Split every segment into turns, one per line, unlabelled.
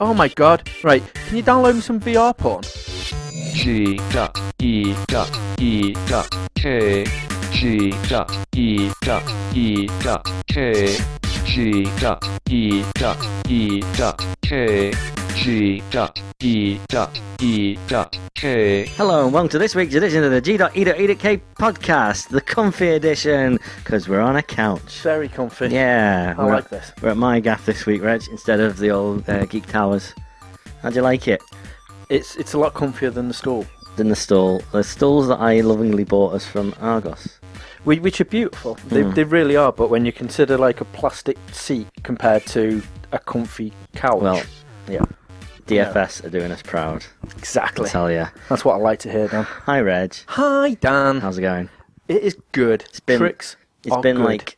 Oh my god. Right, can you download me some VR porn?
G dot E dot E dot K G dot E dot E dot K E G dot E dot E dot K G dot E dot E dot K
Hello and welcome to this week's edition of the G.E.E.K podcast, the comfy edition, because we're on a couch.
Very comfy.
Yeah,
I
we're,
like
at,
this.
we're at my gaff this week, Reg, instead of the old uh, Geek Towers. How'd you like it?
It's it's a lot comfier than the stall.
Than the stall, the stalls that I lovingly bought us from Argos.
Whi- Which are beautiful. They,
Hmm.
they really are, but when you consider like a plastic seat compared to a comfy couch.
Well, yeah, DFS are doing us proud. I
exactly.
tell ya.
That's what I like to hear, Dan.
Hi, Reg.
Hi, Dan.
How's it going?
It is good. It's
been-
Tricks.
It's
are
been
good.
like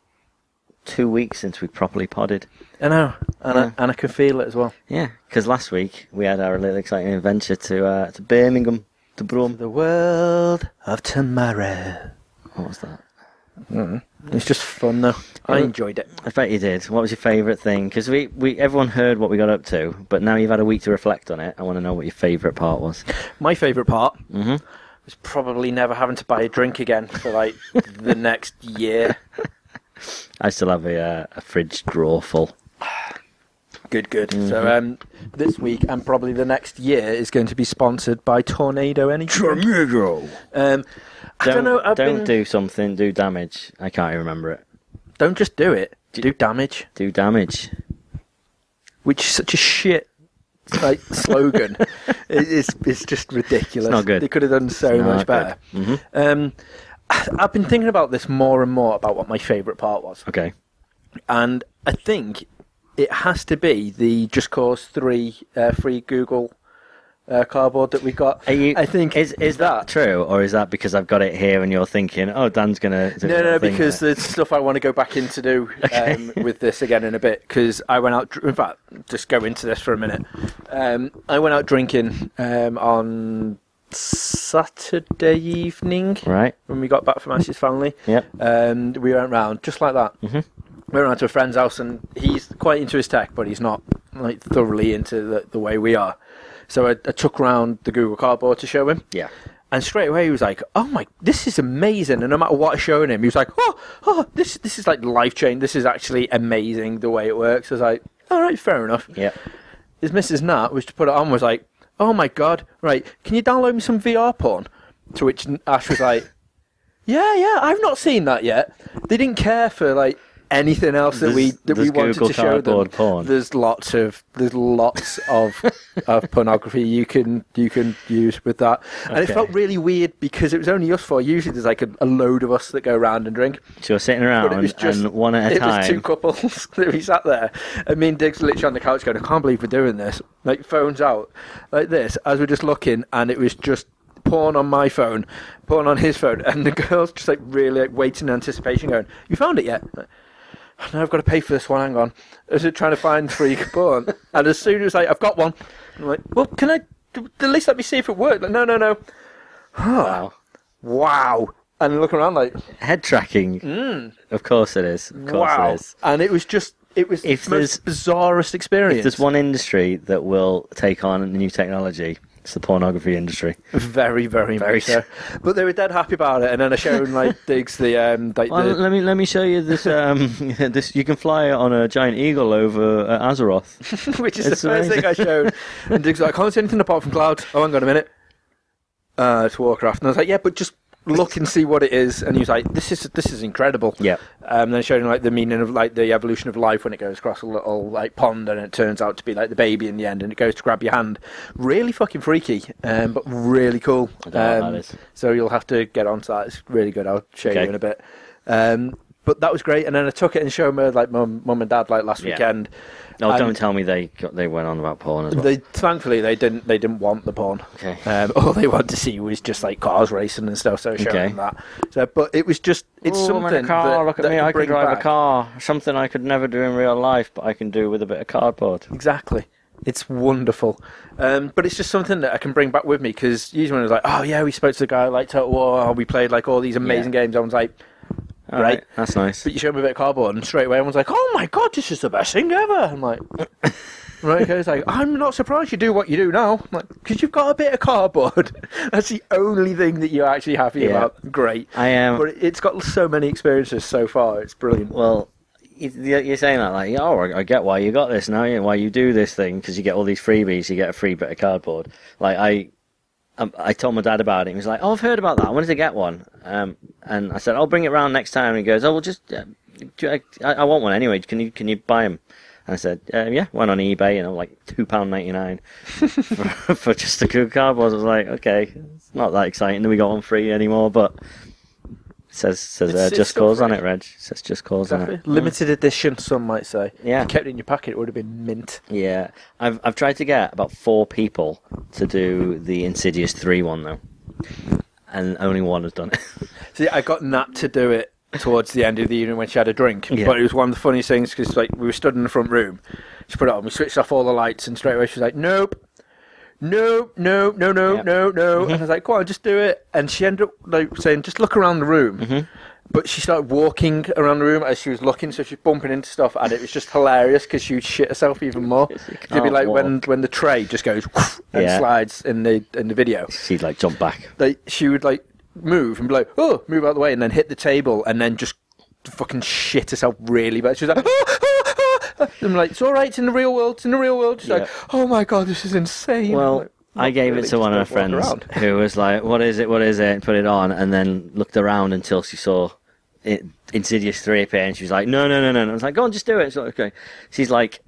two weeks since we properly podded.
I know, and,
Yeah.
I, and I can feel it as well.
Yeah, because last week we had our little exciting adventure to uh, to Birmingham, to Brum.
The world of tomorrow.
What was that?
Mm-hmm. It's just fun though. I
Yeah.
enjoyed it.
I bet you did. What was your favourite thing? Because we, we everyone heard what we got up to, but now you've had a week to reflect on it. I want to know what your favourite part was.
My favourite part
hmm
was probably never having to buy a drink again for like the next year.
I still have a, uh, a fridge drawer full.
Good, good. So um, this week and probably the next year is going to be sponsored by Tornado Energy. Tornado. Um, I don't, know. I've
don't
been-
do something. Do damage. I can't even remember it.
Don't just do it.
Do-
do damage,
Do damage.
which is such a shit like slogan. It- it's it's just ridiculous.
It's not good.
They could have done so
It's
much
not
better.
good. Mhm.
Um, I- I've been thinking about this more and more about what my favourite part was.
Okay.
and I think it has to be the Just Cause Three uh, free Google uh, cardboard that we got.
Are you,
I think
is is that true, or is that because I've got it here and you're thinking, oh, Dan's gonna? do
No,
that
no,
thing
because
there."
there's stuff I want to go back in to do um, with this again in a bit. Because I went out, in fact, just go into this for a minute. Um, I went out drinking um, on Saturday evening
right.
when we got back from Ash's family.
Yep.
Um, we went round just like that.
Mhm.
We went round to a friend's house, and he's quite into his tech, but he's not like thoroughly into the, the way we are. So I, I took round the Google Cardboard to show him,
Yeah.
and straight away he was like, "Oh my, this is amazing!" And no matter what I showed him, he was like, "Oh, oh, this this is like life changing. This is actually amazing the way it works." I was like, "All right, fair enough."
Yeah.
His Mrs. Nat was to put it on was like, "Oh my god, right? Can you download me some VR porn?" To which Ash was like, "Yeah, yeah, I've not seen that yet." They didn't care for like anything else that we
There's-
that we
there's
wanted
Google
to show them.
Cardboard porn.
There's lots of there's lots of of pornography you can you can use with that, and it
Okay.
felt really weird because it was only us four. Usually there's like a, a load of us that go around and drink.
So you're sitting
But it
around
was just
and one at a
it
time.
was two couples that we sat there, and me and Diggs were literally on the couch going, "I can't believe we're doing this." Like phones out, like this, as we're just looking, and it was just porn on my phone, porn on his phone, and the girls just like really like waiting in anticipation, going, "You found it yet?" Like, "Oh, no, I've got to pay for this one. Hang on, as we're trying to find free porn, and as soon as like I've got one, I'm like, "Well, can I?" At least let me see if it worked. Like, no, no, no.
Wow.
Wow. And looking around like,
Head tracking. Of course it is. Of course
Mm. wow.
it is.
And it was just it was
If
the most bizarrest
If
experience.
there's one industry that will take on new technology, it's the pornography industry.
very, very, very
Very
so. But they were dead happy about it and then I showed like Diggs the um like
Well,
the
let me let me show you this. Um, this you can fly on a giant eagle over uh, Azeroth.
which is
it's
the first thing I showed. And Diggs was like, I can't see anything apart from clouds. Oh hang on a minute. Uh it's Warcraft. And I was like, Yeah, but just look and see what it is and he was like, This is this is incredible.
yeah.
Um, then showing like the meaning of like the evolution of life when it goes across a little like pond and it turns out to be like the baby in the end and it goes to grab your hand. Really fucking freaky, um, but really cool.
I don't know what
Um,
that is.
So you'll have to get onto that. It's really good. I'll show
Okay.
you in a bit. Um, but that was great. And then I took it and showed my like mum, mum and dad like last
Yeah.
weekend.
No,
Um,
don't tell me they got, they went on about porn as well.
They thankfully they didn't they didn't want the porn.
Okay.
Um, all they wanted to see was just like cars racing and stuff. So I showed
Okay.
them that. So, but it was just it's something. that- that could bring back.
car. Something I could never do in real life, but I can do with a bit of cardboard.
Exactly. It's wonderful. Um, but it's just something that I can bring back with me because usually when I was like, oh, yeah, we spoke to the guy like Total War, we played like all these amazing games, I was like,
All
Right.
That's nice.
but you showed me a bit of cardboard, and straight away everyone's like, oh my god, this is the best thing ever. I'm like, Right, okay, it's like, I'm not surprised you do what you do now. I'm like, because you've got a bit of cardboard. That's the only thing that you're actually happy
Yeah.
about. Great.
I um, am.
But it's got so many experiences so far. It's brilliant.
Well, you- you're saying that like, oh, I- I get why you got this now, yeah, why you do this thing because you get all these freebies, you get a free bit of cardboard. Like I, um, I told my dad about it. He was like, oh, I've heard about that. I wanted to get one, um, and I said, I'll bring it round next time. And he goes, oh, well, just uh, do- I, I want one anyway. Can you can you buy them? And I said, uh, yeah, one on eBay, and I'm like two pound ninety nine for, for just a good cardboard. I was like, okay, it's not that exciting that we got one free anymore, but. Says says
It's-
uh,
it's
just
still
cause on
free.
it, Reg. Says just cause on it.
Limited edition, some might say.
Yeah.
If you kept it in your pocket, it would have been mint.
Yeah, I've I've tried to get about four people to do the Insidious three one though, and only one has done it.
See, I got Nat to do it towards the end of the evening when she had a drink.
Yeah.
But it was one of the funniest things because like we were stood in the front room. She put it on. We switched off all the lights, and straight away she was like, "Nope." No, no, no, no,
Yep.
no, no.
Mm-hmm.
And I was like, go on, just do it. And she ended up like saying, just look around the room.
Mm-hmm.
But she started walking around the room as she was looking, so she's bumping into stuff, and it was just hilarious because she would shit herself even more. It'd be
can't
like when,
walk.
when the tray just goes and
Yeah.
slides in the in the video
She'd like jump back.
like she would like move and be like, oh, move out the way, and then hit the table, and then just fucking shit herself really bad. She was like, "Ah, ah, ah." I'm like, it's all right, it's in the real world, it's in the real world. She's
Yeah.
like, oh my god, this is insane. I'm
Well,
like,
I
"Not
gave
really,
it to one of my
just don't walk
friends
around."
who was like, "What is it? What is it?" and put it on, and then looked around until she saw it, Insidious three appear, and she was like, "No, no, no, no!" And I was like, "Go on, just do it." So okay, she's like,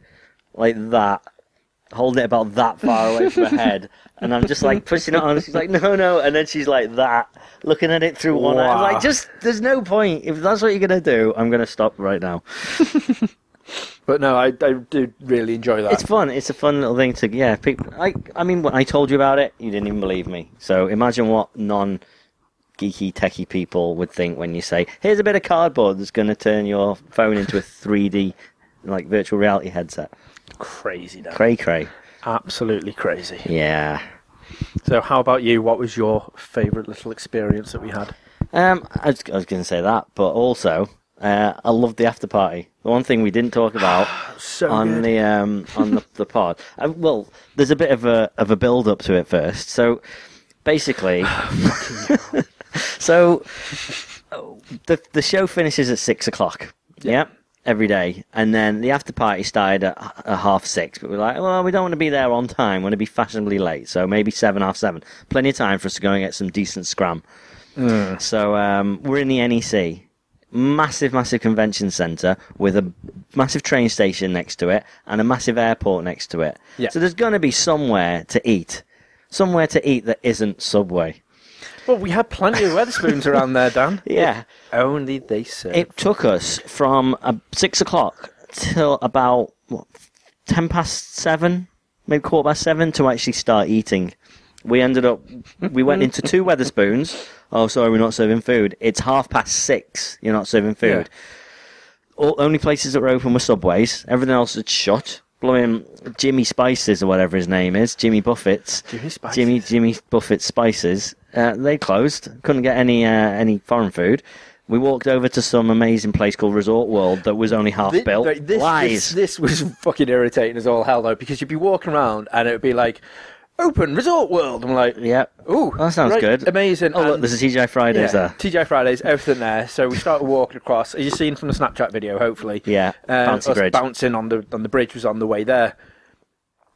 like that. Holding it about that far away from her head, and I'm just like pushing it on. and She's like, "No, no," and then she's like that, looking at it through one eye. I was
Wow.
like, "Just, there's no point. If that's what you're gonna do, I'm gonna stop right now."
But no, I, I do really enjoy that.
It's fun. It's a fun little thing to yeah. People, I I mean, when I told you about it, you didn't even believe me. So imagine what non geeky techie people would think when you say, "Here's a bit of cardboard that's going to turn your phone into a 3D like virtual reality headset."
crazy, though.
Cray cray.
Absolutely crazy.
Yeah.
So, how about you? What was your favourite little experience that we had?
Um, I was, I was going to say that, but also, uh, I loved the after party. The one thing we didn't talk about.
So
on
good.
the um on the, the pod. Uh, well, there's a bit of a of a build up to it first. So basically, so oh, the the show finishes at six o'clock. Yeah. Every day, and then the after party started at, h- at half six. But we're like, well, we don't want to be there on time. We want to be fashionably late, so maybe seven, half seven. Plenty of time for us to go and get some decent scram.
Mm.
So um, we're in the NEC, massive, massive convention centre with a massive train station next to it and a massive airport next to it.
Yeah.
So there's going to be somewhere to eat, somewhere to eat that isn't Subway.
well, we had plenty of Weatherspoons around there, Dan.
Yeah.
Only they serve.
It took us from uh, six o'clock till about what, ten past seven, maybe quarter past seven, to actually start eating. We ended up, we went into two Weatherspoons. Oh, sorry, we're not serving food. It's half past six. You're not serving food.
Yeah.
All, only places that were open were Subways. Everything else had shut. Blowing Jimmy Spices or whatever his name is, Jimmy Buffett's.
Jimmy Spices.
Jimmy Jimmy Buffett's Spices. Uh, they closed. Couldn't get any uh, any foreign food. We walked over to some amazing place called Resort World that was only half
Thi-
built.
like, this,
Lies.
This, this was fucking irritating as all hell though, because you'd be walking around and it would be like, "Open Resort World." I'm like,
Yep.
"Ooh,
That sounds
right,
good.
amazing."
Oh look,
And-
there's a TGI Fridays
yeah,
there.
TJ Fridays, everything there. So we started walking across. As you've seen from the Snapchat video, hopefully,
Yeah,
uh,
bouncy
us
bridge.
bouncing on the on the bridge was on the way there.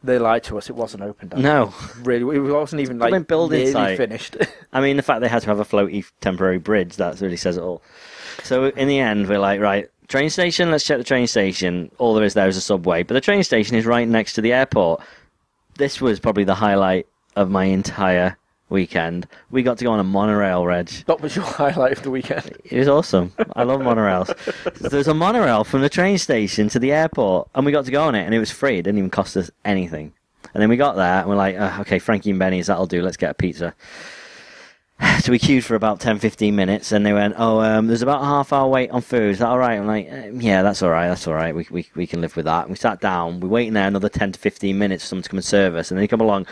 They lied to us. It wasn't open. Dan.
No,
really, it wasn't even
Come
like
and build
nearly
inside.
finished.
I mean the fact they had to have a floaty temporary bridge that really says it all. So in the end, we're like, right, train station. Let's check the train station. All there is there is a subway, but the train station is right next to the airport. This was probably the highlight of my entire weekend. We got to go on a monorail, Reg.
that was your highlight of the weekend.
It was awesome. I love monorails. There's a monorail from the train station to the airport, and we got to go on it, and it was free. It didn't even cost us anything. And then we got there, and we're like, "Ugh, okay, Frankie and Benny's, that'll do. Let's get a pizza. So we queued for about 10, 15 minutes, and they went, oh, um, there's about a half hour wait on food. Is that all right? I'm like, um, yeah, that's all right. That's all right. We, we, we can live with that. And we sat down. We're waiting there another 10 to 15 minutes for someone to come and serve us. And then they come along,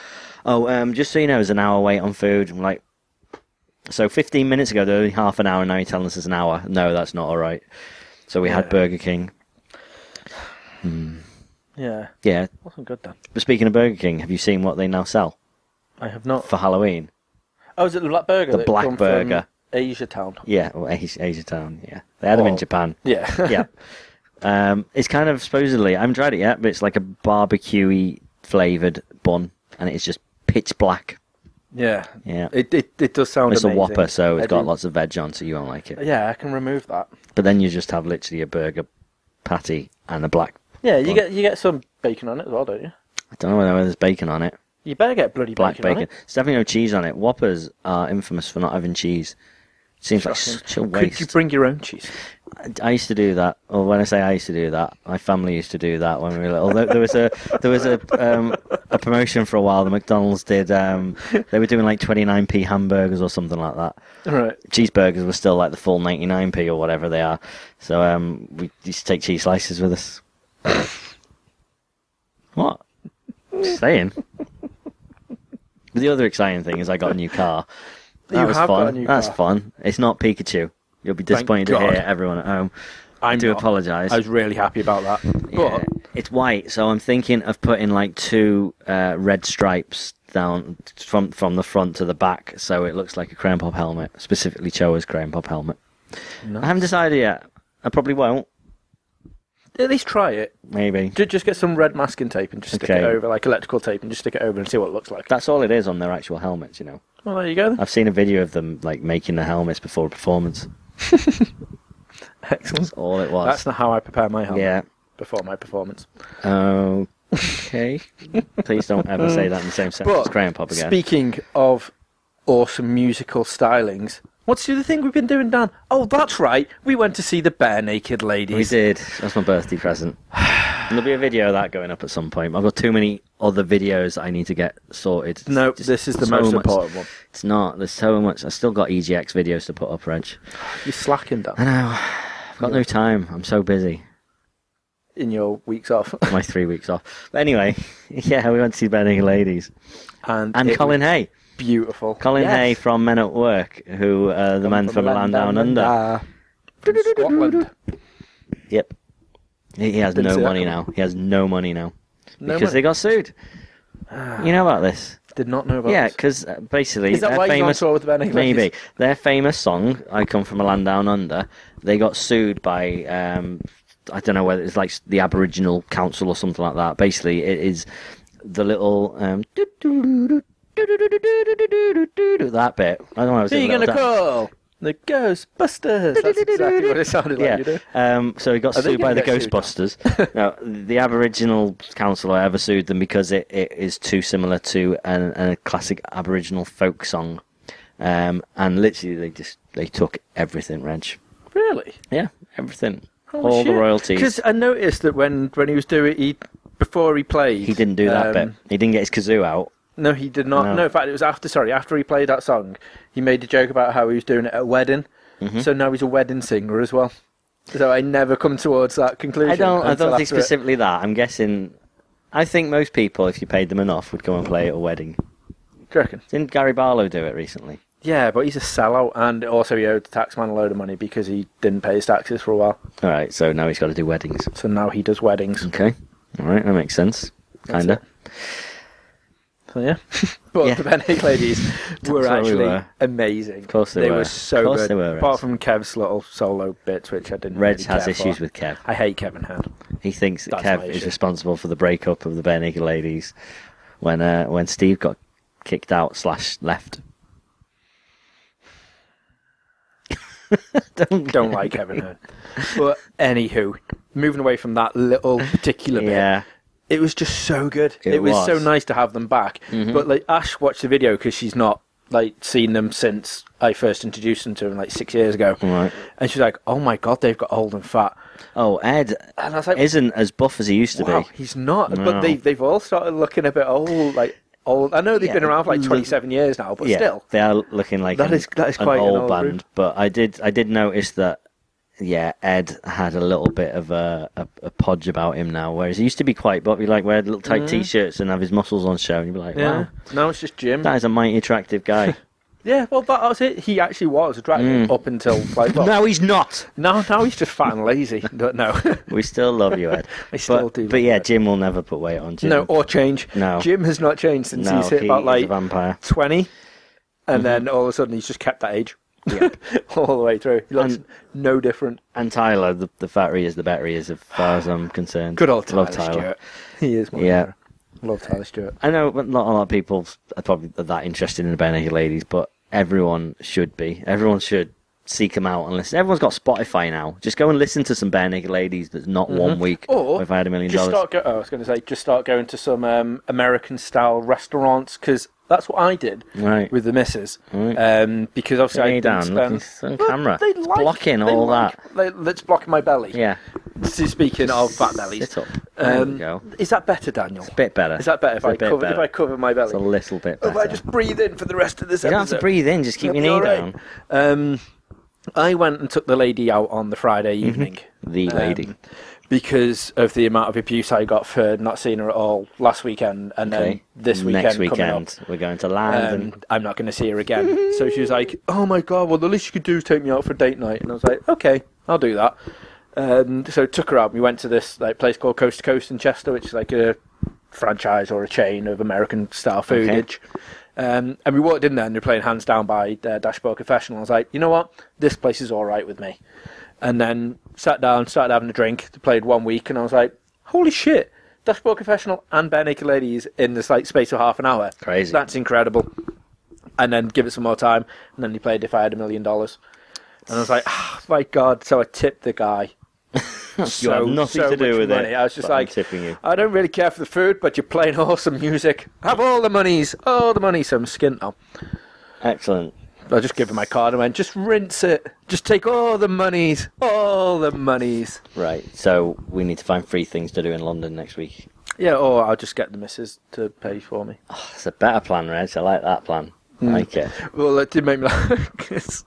oh, um, just so you know, there's an hour wait on food. I'm like, so 15 minutes ago, they're only half an hour, and now you're telling us it's an hour. No, that's not all right. So we
Yeah. Hmm.
had Burger King.
Yeah,
Yeah.
wasn't good then.
But speaking of Burger King, have you seen what they now sell
I have not.
for Halloween?
Oh, is it the black burger?
The
that
black
come
burger.
From Asia Town.
Yeah, or Asia, Asia Town. Yeah, they had them in
Oh.
Japan.
Yeah.
Yeah. Um, it's kind of supposedly I haven't tried it yet, but it's like a barbecuey flavored bun, and it's just pitch black.
yeah.
Yeah.
It, it it does sound.
It's a
amazing.
whopper, so it's
I
got
do-
lots of veg on, so you won't like it.
Yeah, I can remove that.
But then you just have literally a burger patty and a black.
Yeah, you
Bun.
get you get some bacon on it as well, don't you?
I don't know whether there's bacon on it.
You better get bloody
Black
bacon.
bacon. There's definitely no cheese on it. Whoppers are infamous for not having cheese. Seems
On it.
like such a
Could you
waste.
bring your own cheese?
I used to do that, or when I say I used to do that, my family used to do that when we were little. There, there was a there was a um, a promotion for a while. The McDonald's did um, they were doing like twenty nine p hamburgers or something like that.
Right.
Cheeseburgers were still like the full ninety nine p or whatever they are. So um, we used to take cheese slices with us. what? Just saying. But the other exciting thing is I got a new car. That
You
was
have got
fun.
a new
That's
car.
fun. It's not Pikachu. You'll be
Thank
disappointed to hear
God.
everyone at home.
I'm
do
not.
apologise.
I was really happy about that.
Yeah.
But
It's white, so I'm thinking of putting like two uh, red stripes down from from the front to the back, so it looks like a crayon pop helmet, specifically Choa's crayon pop helmet. I haven't decided yet. I probably won't.
at least try it.
Maybe
Ju- Just get some red masking tape and just stick
Okay.
it over, like electrical tape, and just stick it over and see what it looks like.
that's all it is on their actual helmets. You know,
Well, there you go. Then.
I've seen a video of them like making the helmets before a performance.
Excellent.
That's all it was.
That's not how I prepare my helmet
yeah.
before my performance.
Okay. Please don't ever say that in the same sentence. as
But
crayon pop again.
speaking of awesome musical stylings, what's the other thing we've been doing, Dan? Oh, that's right. We went to see the Bare Naked Ladies.
We did. That's my birthday present. And There'll be a video of that going up at some point. I've got too many other videos that I need to get sorted. It's
No,
just
this is the
so
most
much-
important one.
It's not. There's so much. I still got EGX videos to put up, Reg.
You're slacking,
I
Dan,
know. I've got no time. I'm so busy.
in your weeks off.
My three weeks off. But anyway, yeah, we went to see Benny Ladies
And,
and
it
Colin
was
Hay.
Beautiful.
Colin
Yes.
Hay from Men at Work, who uh, the man from,
the
Land Down Under.
From Scotland.
Yep. He he has
Didn't
no
see that
money
coming.
now. He has no money now
No
because
money.
they got sued. You know about this?
Ah, Did not know about
Yeah,
this.
because uh, basically,
Is that
their
why he's on
famous,
tour with the Benny Ladies?
maybe their famous song "I Come From a Land Down Under." They got sued by um, I don't know whether it's like the Aboriginal Council or something like that. Basically, it is the little um, that bit. I don't know.
Who are you going to call? The Ghostbusters. That's exactly what it sounded like.
yeah.
You do.
Um, so he got
Are they
sued by the
gonna get sued now?
Ghostbusters. no, the Aboriginal council I ever sued them because it, it is too similar to an, a classic Aboriginal folk song, um, and literally they just they took everything, Reg.
Really?
Yeah, everything, all the
Because
royalties.
I noticed that when, when he was doing he before he played,
He didn't do that
um,
bit. He didn't get his kazoo out.
No, he did not.
No.
No. in fact, it was after. Sorry, after he played that song, he made a joke about how he was doing it at a wedding. So now he's a wedding singer as well. So I never come towards that conclusion.
I don't. I
until
don't think
after it.
specifically that. I'm guessing. I think most people, if you paid them enough, would go and play at a wedding.
Do you reckon?
Didn't Gary Barlow do it recently?
Yeah, but he's a sellout, and also he owed the tax man a load of money because he didn't pay his taxes for a while.
All right, so now he's got to do weddings.
So now he does weddings.
Okay. All right, that makes sense. Kinda.
So yeah, but
Yeah.
the Ben Hick ladies were
what we
actually
were.
amazing. Of
course they
they
were.
were so
Of course
good.
they were, Reg.
Apart from Kev's little solo bits, which I didn't.
Reg
really
has
care
issues
for.
with Kev.
I hate Kevin Head.
He thinks that
That's my
Kev is
issue.
responsible for the breakup of the Bare Naked Ladies when uh, when Steve got kicked out slash left. Don't
Don't like Kevin Head. But anywho, moving away from that little particular bit,
Yeah.
it was just so good.
It
It, was.
was. Mm-hmm.
so nice to have them back. But like Ash watched the video because she's not like seen them since I first introduced them to him like six years ago.
Right.
And she's like, "Oh my god, they've got old and fat."
Oh, Ed
And I was like,
isn't as buff as he used to
Wow,
be.
he's not.
No.
But they they've all started looking a bit old, like old. I know they've
Yeah.
been around for like
Look-
twenty seven years now, but
yeah,
still,
they are looking like
That
an,
is- that is
an
quite an
old,
old
band.
group.
But I did I did notice that yeah, Ed had a little bit of a, a, a podge about him now, whereas he used to be quite but he like wear little tight t-shirts and have his muscles on show, and you'd be like,
yeah.
wow,
Now it's just Jim.
that is a mighty attractive guy.
Yeah, well, that was it. He actually was a dragon up until like. Well,
Mm. No, he's not.
now, now he's just fat and lazy. Don't know.
We still love you, Ed.
I still
but,
do
But
love
yeah,
Ed.
Jim will never put weight on Jim.
no, or change.
No.
Jim has not changed since
no,
he's hit
he
about
is Mm-hmm.
like
a vampire.
twenty, and then all of a sudden he's just kept that age all the way through. He looks
And-
no different.
And Tyler, the, the fatter he is, the better he is, as far as I'm concerned.
Good old Tyler,
Love Tyler.
Stewart. He is. My
Yeah.
favourite. Love Tyler Stewart.
I know but not a lot of people are probably that interested in the Bare Naked Ladies, but everyone should be. Everyone should seek them out and listen. Everyone's got Spotify now. Just go and listen to some Bare Naked Ladies that's not one week
Mm-hmm. Or
if I had a million
just
dollars.
start. Go- oh, I was going to say, just start going to some um, American style restaurants because that's what I did
Right.
with the missus.
Right.
Um, because obviously I
Lay
didn't
down,
spend.
nothing's on
But
camera.
they
It's
like-
blocking
they
all
like- They, that's blocking my belly.
Yeah.
This is Speaking of fat bellies,
Sit up. There we
um,
go.
is that better, Daniel?
Bit better.
Is that better if
It's a
I
bit
cover
better.
if I cover my belly?
It's a little bit
Or
better.
if I just breathe in for the rest of this
you
episode?
don't have to breathe in. Just keep
It'll
your
be
knee
all right.
down.
Um, I went and took the lady out on the Friday
Mm-hmm.
evening.
The
um,
lady.
because of the amount of abuse I got for not seeing her at all last weekend, and then
Okay.
this weekend
Next
coming up,
weekend, we're going to land
um,
and
I'm not going to see her again. so she was like, "Oh my god, well the least you could do is take me out for date night." And I was like, "Okay, I'll do that." Um, so took her out. We went to this like place called Coast to Coast in Chester, which is like a franchise or a chain of American style foodage. Um, and we walked in there and they're playing Hands Down by uh, Dashboard Confessional. I was like, you know what, this place is all right with me. And then sat down, started having a drink. They played one week, and I was like, holy shit. Dashboard Confessional and Bare Naked Ladies in this like space of half an hour.
Crazy.
That's incredible and then give it some more time. And then he played If I Had a Million Dollars. And I was like, oh, my God. So I tipped the guy.
you have nothing to do
much
with
money.
it.
I was just
but I'm
like,
tipping you.
I don't really care for the food, but you're playing awesome music. Have all the monies, all the money. So I'm skint now.
Excellent.
I just give him my card and went, just rinse it. Just take all the monies, all the monies.
Right. So we need to find three things to do in London next week.
Yeah, or I'll just get the missus to pay for me.
That's a better plan, Reg. I like that plan. I
Hmm.
like it.
Well, it did make me laugh 'cause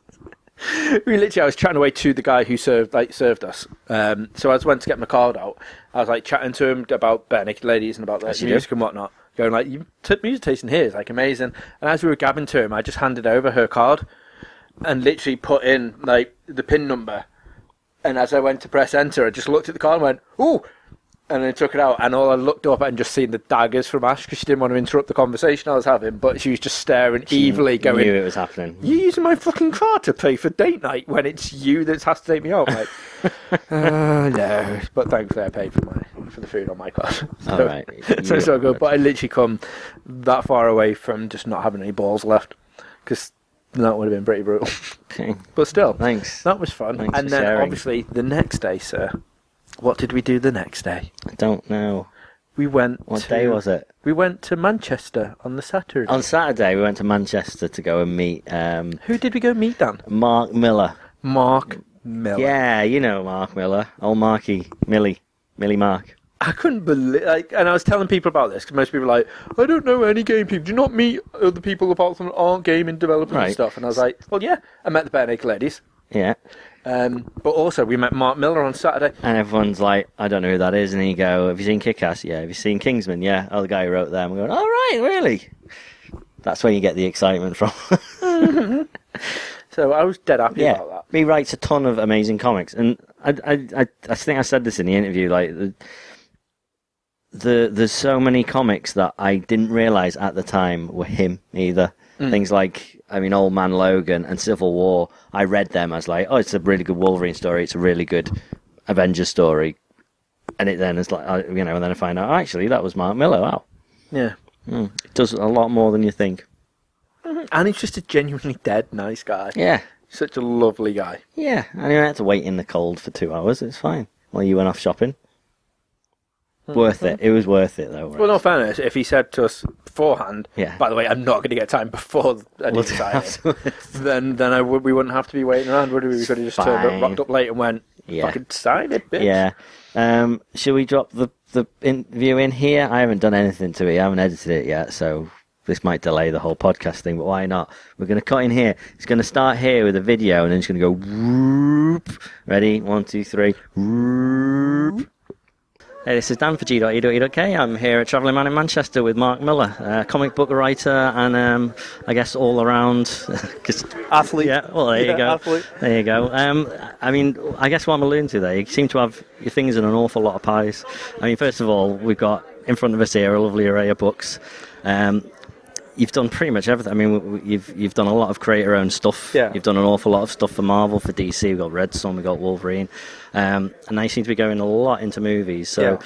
we literally, I was chatting away to the guy who served like served us. Um, so I was went to get my card out. I was like chatting to him about bare naked ladies and about like,
As you
music
do.
and whatnot. Going like, you took music tasting here is like amazing. And as we were gabbing to him, I just handed over her card and literally put in like the pin number. And as I went to press enter, I just looked at the card and went, "Ooh." And then took it out, and all I looked up and just seen the daggers from Ash because she didn't want to interrupt the conversation I was having, but she was just staring evilly, going,
Knew it was happening.
you're using my fucking card to pay for date night when it's you that has to take me out, mate. uh, no, but thankfully I paid for my for the food on my card. So,
All right.
so it's
You-
all good. But I literally come that far away from just not having any balls left because that would have been pretty brutal.
Okay.
But still,
Thanks.
That was fun.
Thanks
and
for
then
sharing.
obviously the next day, sir. What did we do the next day?
I don't know.
We went.
What
to-
day was it?
We went to Manchester on the Saturday.
On Saturday, we went to Manchester to go and meet um,
Who did we go meet, Dan?
Mark Miller.
Mark Miller.
Yeah, you know Mark Miller. Old Marky. Millie. Millie Mark.
I couldn't believe, like, and I was telling people about this because most people are like, I don't know any game people. Do you not meet other people apart from aren't gaming developers
Right.
and stuff? And I was like, well, yeah, I met the Bare Naked Ladies,
Yeah.
um, but also we met Mark Miller on Saturday.
And everyone's like, I don't know who that is. And then you go, Have you seen Kick Ass? Yeah. Have you seen Kingsman? Yeah. Oh, the guy who wrote them. I'm going, All right, really? That's where you get the excitement from.
So I was dead happy
yeah,
about
he writes a ton of amazing comics, and I, I, I, I think I said this in the interview. Like the, the there's so many comics that I didn't realize at the time were him either. Things like I mean, Old Man Logan and Civil War. I read them as like, oh, it's a really good Wolverine story. It's a really good Avengers story. And it then is like, I- you know, and then I find out oh, actually that was Mark Miller. Wow,
that. Yeah.
it does a lot more than you think.
And he's just a genuinely dead nice guy.
Yeah,
Such a lovely guy.
yeah. I mean, I had to wait in the cold for two hours. It's fine. While you went off shopping. Worth it. It was worth it, though. right?
Well, no fairness, if he said to us beforehand,
Yeah.
by the way, I'm not going to get time before I do
We'll
we
do
then then I would, we wouldn't have to be waiting around, would we? We could have just turned
Fine.
up, rocked up late and went,
Yeah.
fucking sign it, bitch.
yeah. Um, shall we drop the the interview in here? I haven't done anything to it. I haven't edited it yet, so this might delay the whole podcast thing. But why not? We're going to cut in here. It's going to start here with a video, and then it's going to go. Whoop. Ready? One, two, three. Whoop. Hey, this is Dan for E G.E.E.K. I'm here at Travelling Man in Manchester with Mark Miller, a comic book writer and um, I guess all around. 'cause-
Athlete.
Yeah, well, there
Yeah,
you go.
athlete.
There you go. Um, I mean, I guess what I'm alluding to there, you seem to have your fingers in an awful lot of pies. I mean, first of all, we've got in front of us here a lovely array of books. Um, you've done pretty much everything. I mean, w- w- you've you've done a lot of creator-owned stuff.
Yeah.
You've done an awful lot of stuff for Marvel, for DC. We've got Red Son, we've got Wolverine, um, and now you seem to be going a lot into movies. So.
Yeah.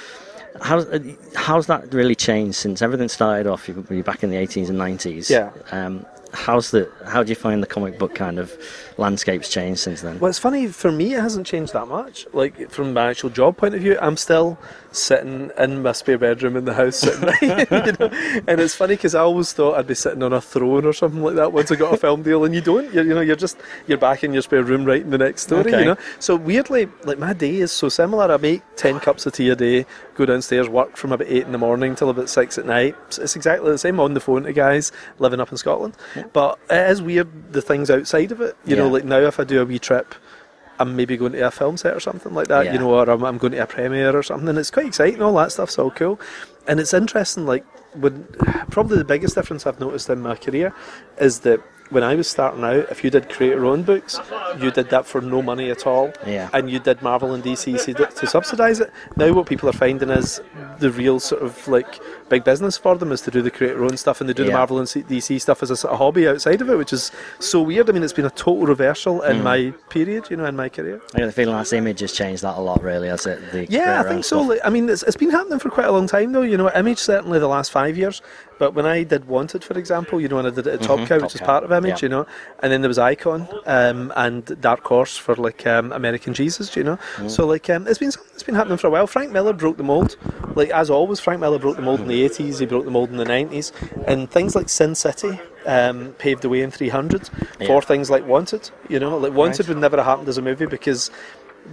How's, uh, how's that really changed since everything started off? You were back in the 80s and 90s.
Yeah.
Um, how's the how do you find the comic book kind of landscapes changed since then?
Well, it's funny for me. It hasn't changed that much. Like from my actual job point of view, I'm still sitting in my spare bedroom in the house at night. you know? And it's funny because I always thought I'd be sitting on a throne or something like that once I got a film deal, and you don't. You're, you know, you're just you're back in your spare room writing the next story.
Okay.
You know. So weirdly, like my day is so similar. I make ten cups of tea a day, go downstairs, work from about eight in the morning till about six at night. So it's exactly the same. on the phone to guys living up in Scotland, but it is weird the things outside of it. You know,
Yeah.
like now if I do a wee trip. I'm maybe going to a film set or something like that,
Yeah.
you know, or I'm, I'm going to a premiere or something. And it's quite exciting, all that stuff's all cool. And it's interesting, like, when, probably the biggest difference I've noticed in my career is that when I was starting out, if you did creator own books, you did that for no money at all.
Yeah.
And you did Marvel and DC to- to subsidise it. Now, what people are finding is the real sort of like big business for them is to do the creator own stuff and they do the
Yeah.
Marvel and C- DC stuff as a sort of hobby outside of it, which is so weird. I mean, it's been a total reversal
Hmm.
in my period, you know, in my career.
I got the feeling that's image has changed that a lot, really, has it? The
Yeah, I
creator-owned
think so.
stuff.
Like, I mean, it's, it's been happening for quite a long time, though. You know, Image certainly the last five years. But when I did Wanted, for example, you know, and I did it at Top Cow, which
Top
is
Cow,
part of Image,
Mm-hmm, yeah.
you know, and then there was Icon um, and Dark Horse for like um, American Jesus, you know.
Mm.
So like, um, it's been something that's been happening for a while. Frank Miller broke the mold, like as always. Frank Miller broke the mold in
Mm-hmm.
the eighties. He broke the mold in the nineties, and things like Sin City. Um, paved the way in 300
Yeah.
for things like Wanted. You know, like Wanted would never have happened as a movie because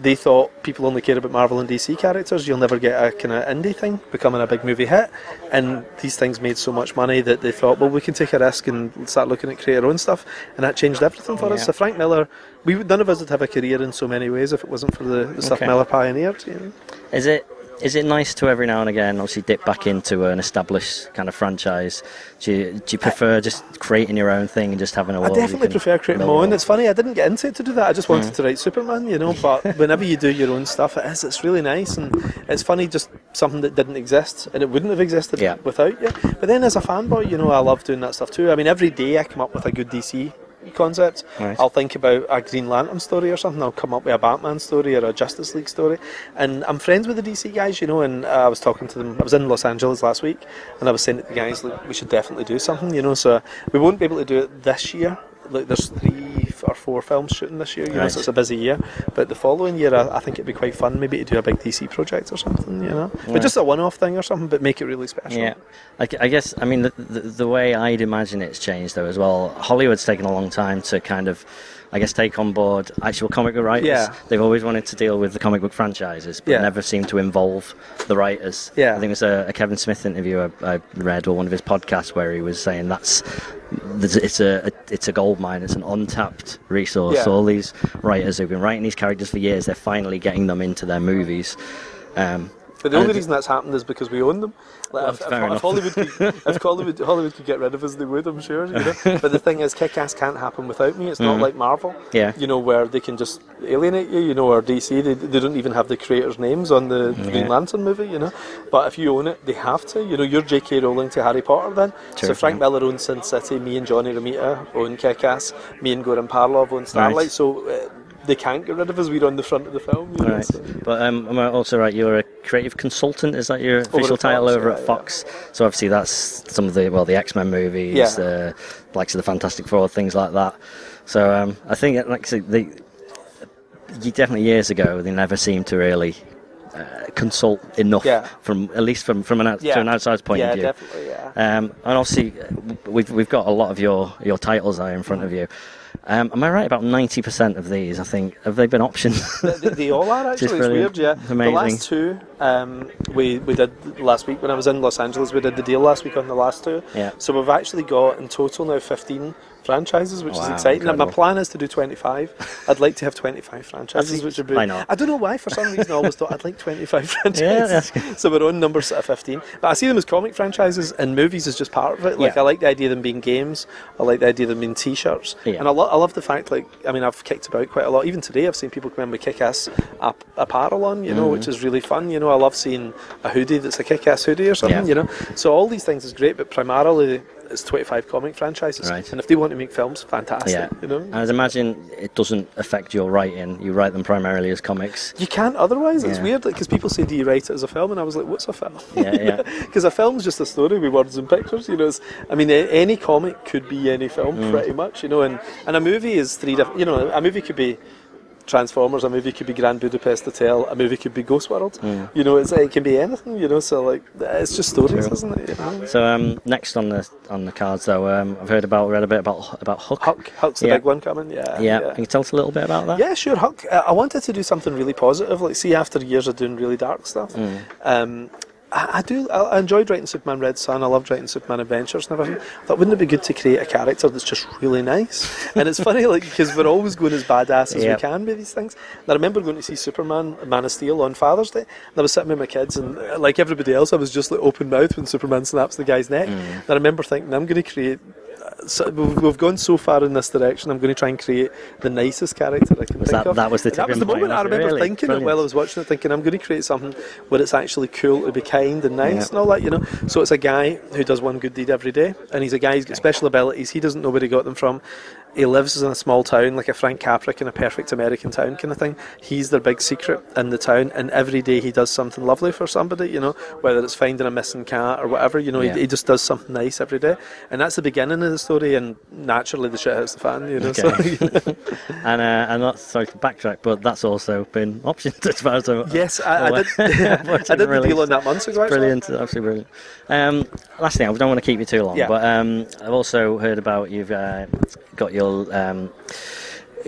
they thought people only care about Marvel and DC characters. You'll never get a kind of indie thing becoming a big movie hit. And these things made so much money that they thought, well, we can take a risk and start looking at creator own stuff. And that changed everything for us.
Yeah.
So Frank Miller, we would, none of us would have a career in so many ways if it wasn't for the, the stuff
Okay.
Miller pioneered. You know?
Is it is it nice to every now and again obviously dip back into an established kind of franchise? Do you, do you prefer just creating your own thing and just having a
I
world? you
definitely
can Mm.
prefer creating my
build
own.
on?
It's funny, I didn't get into it to do that. I just wanted to write Superman, you know. But whenever you do your own stuff, it is. It's really nice, and it's funny just something that didn't exist and it wouldn't have existed
Yeah.
without you. But then as a fanboy, you know, I love doing that stuff too. I mean, every day I come up with a good DC concept.
Right.
I'll think about a Green Lantern story or something. I'll come up with a Batman story or a Justice League story. And I'm friends with the DC guys, you know. And uh, I was talking to them. I was in Los Angeles last week, and I was saying to the guys, "Look, we should definitely do something," you know. So we won't be able to do it this year. Like there's three or four films shooting this year, you know,
Right.
so it's a busy year. But the following year, I, I think it'd be quite fun, maybe to do a big DC project or something, you know. But just a one-off thing or something, but make it really special.
Yeah, I, gu- I guess I mean the, the the way I'd imagine it's changed though as well. Hollywood's taken a long time to kind of, I guess, take on board actual comic book writers.
Yeah.
They've always wanted to deal with the comic book franchises, but
Yeah.
never seemed to involve the writers.
Yeah.
I think it was a, a Kevin Smith interview I, I read or one of his podcasts where he was saying that's. there's- It's a a- it's a gold mine. It's an untapped resource.
Yeah.
All these writers who've been writing these characters for years, they're finally getting them into their movies. Um,
But the only
and-
reason that's happened is because we own them. Like, if, if,
fair
if
enough.
Hollywood could, if Hollywood, Hollywood could get rid of us, they would, I'm sure. You know? but the thing is, kick-ass can't happen without me. It's not like Marvel,
Mm-hmm. Yeah.
you know, where they can just alienate you, you know, or DC. They, they don't even have the creators' names on the Green Lantern movie, you know. But if you own it, they have to. You know, you're J.K. Rowling to Harry Potter then.
True,
so Frank
yeah.
Miller owns Sin City, me and Johnny Ramita own Kick-Ass, me and Goran Parlov own Starlight.
Right.
So... Uh, they can't get rid of us. We're on the front of the film. You
All
know,
right.
so-
But um, am I also right? You're a creative consultant. Is that your official
at
title
Fox,
over
yeah,
at
yeah.
Fox? So obviously that's some of the well, the X Men movies,
Yeah.
the likes of the Fantastic Four, things like that. So um, I think it- like I said, they you- definitely years ago they never seemed to really. Uh, consult enough
Yeah.
from at least from from an out, to an outside point
yeah,
of view.
definitely, yeah.
Um, and obviously, uh, w- we've we've got a lot of your your titles there in front of you. Um, am I right about ninety percent of these? I think have they been optioned?
they, they all are actually.
Just
it's
brilliant.
weird, yeah. The
Amazing.
last two Um, we we did last week when I was in Los Angeles. We did the deal last week on the last two.
Yeah.
So we've actually got in total now 15 franchises, which is
Wow,
exciting. And my
incredible.
plan is to do 25. I'd like to have 25 franchises, which would be.
Why not?
I don't know why. For some reason, I always thought I'd like 25 franchises.
that's
So we're on number sort of 15. But I see them as comic franchises, and movies is just part of it. Like
Yeah.
I like the idea of them being games. I like the idea of them being T-shirts.
Yeah.
And I, lo- I love the fact, like, I mean, I've kicked about quite a lot. Even today, I've seen people come in with kick-ass ap- apparel on, you know,
Mm-hmm.
which is really fun. You know, I love seeing a hoodie that's a kick-ass hoodie or something,
Yeah.
you know. So all these things is great, but primarily it's 25 comic franchises.
Right.
And if they want to make films, fantastic,
Yeah.
you know.
And I imagine it doesn't affect your writing. You write them primarily as comics.
you can't otherwise. It's
Yeah.
weird because people say, "Do you write it as a film?" And I was like, "What's a film?"
Yeah, yeah.
Because a film's just a story with words and pictures. You know, it's, I mean, a- any comic could be any film,
Mm.
pretty much. You know, and and a movie is three different. You know, a movie could be Transformers, a movie could be Grand Budapest Hotel, a movie could be Ghost World.
Mm.
You know, it's, it can be anything. You know, so like it's just stories, isn't it? You know?
So um, next on the on the cards, though, um, I've heard about read a bit about about Hook.
Huck, Huck's the
Yeah.
big one coming. Yeah,
Yeah. Can you tell us a little bit about that?
Yeah, sure. Huck, uh, I wanted to do something really positive. Like, see, after years of doing really dark stuff,
Mm.
um, I, I do. I, I enjoyed writing Superman Red Sun. I loved writing Superman Adventures and everything. I thought, wouldn't it be good to create a character that's just really nice? and it's funny, like, because we're always going as badass as
Yep.
we can with these things. And I remember going to see Superman Man of Steel on Father's Day, and I was sitting with my kids, and uh, like everybody else, I was just like open mouthed when Superman snaps the guy's neck.
Mm.
And I remember thinking, I'm going to create so we've, we've gone so far in this direction. I'm going to try and create the nicest character I can
Was
think
that-
of.
that was the
And that was
tipping
the
point,
moment I
was it?
remember
Really?
thinking it
Brilliant.
while I was watching it, thinking I'm going to create something where it's actually cool to be kind and nice
Yeah.
and all that, you know. So it's a guy who does one good deed every day, and he's a guy who's got special abilities. He doesn't know where he got them from. He lives in a small town, like a Frank Capra in a perfect American town kind of thing. He's their big secret in the town, and every day he does something lovely for somebody, you know, whether it's finding a missing cat or whatever, you know,
Yeah.
he, he just does something nice every day. And that's the beginning of the story, and naturally the shit hits the fan, you know.
Okay.
So,
And uh, and that's sorry to backtrack, but that's also been optioned as far as I'm
yes, I, I
aware.
did, I did the
Released.
deal on that months ago, actually.
Brilliant, absolutely brilliant. Um, last thing, I don't want to keep you too long,
Yeah.
but um, I've also heard about you've uh, got your um,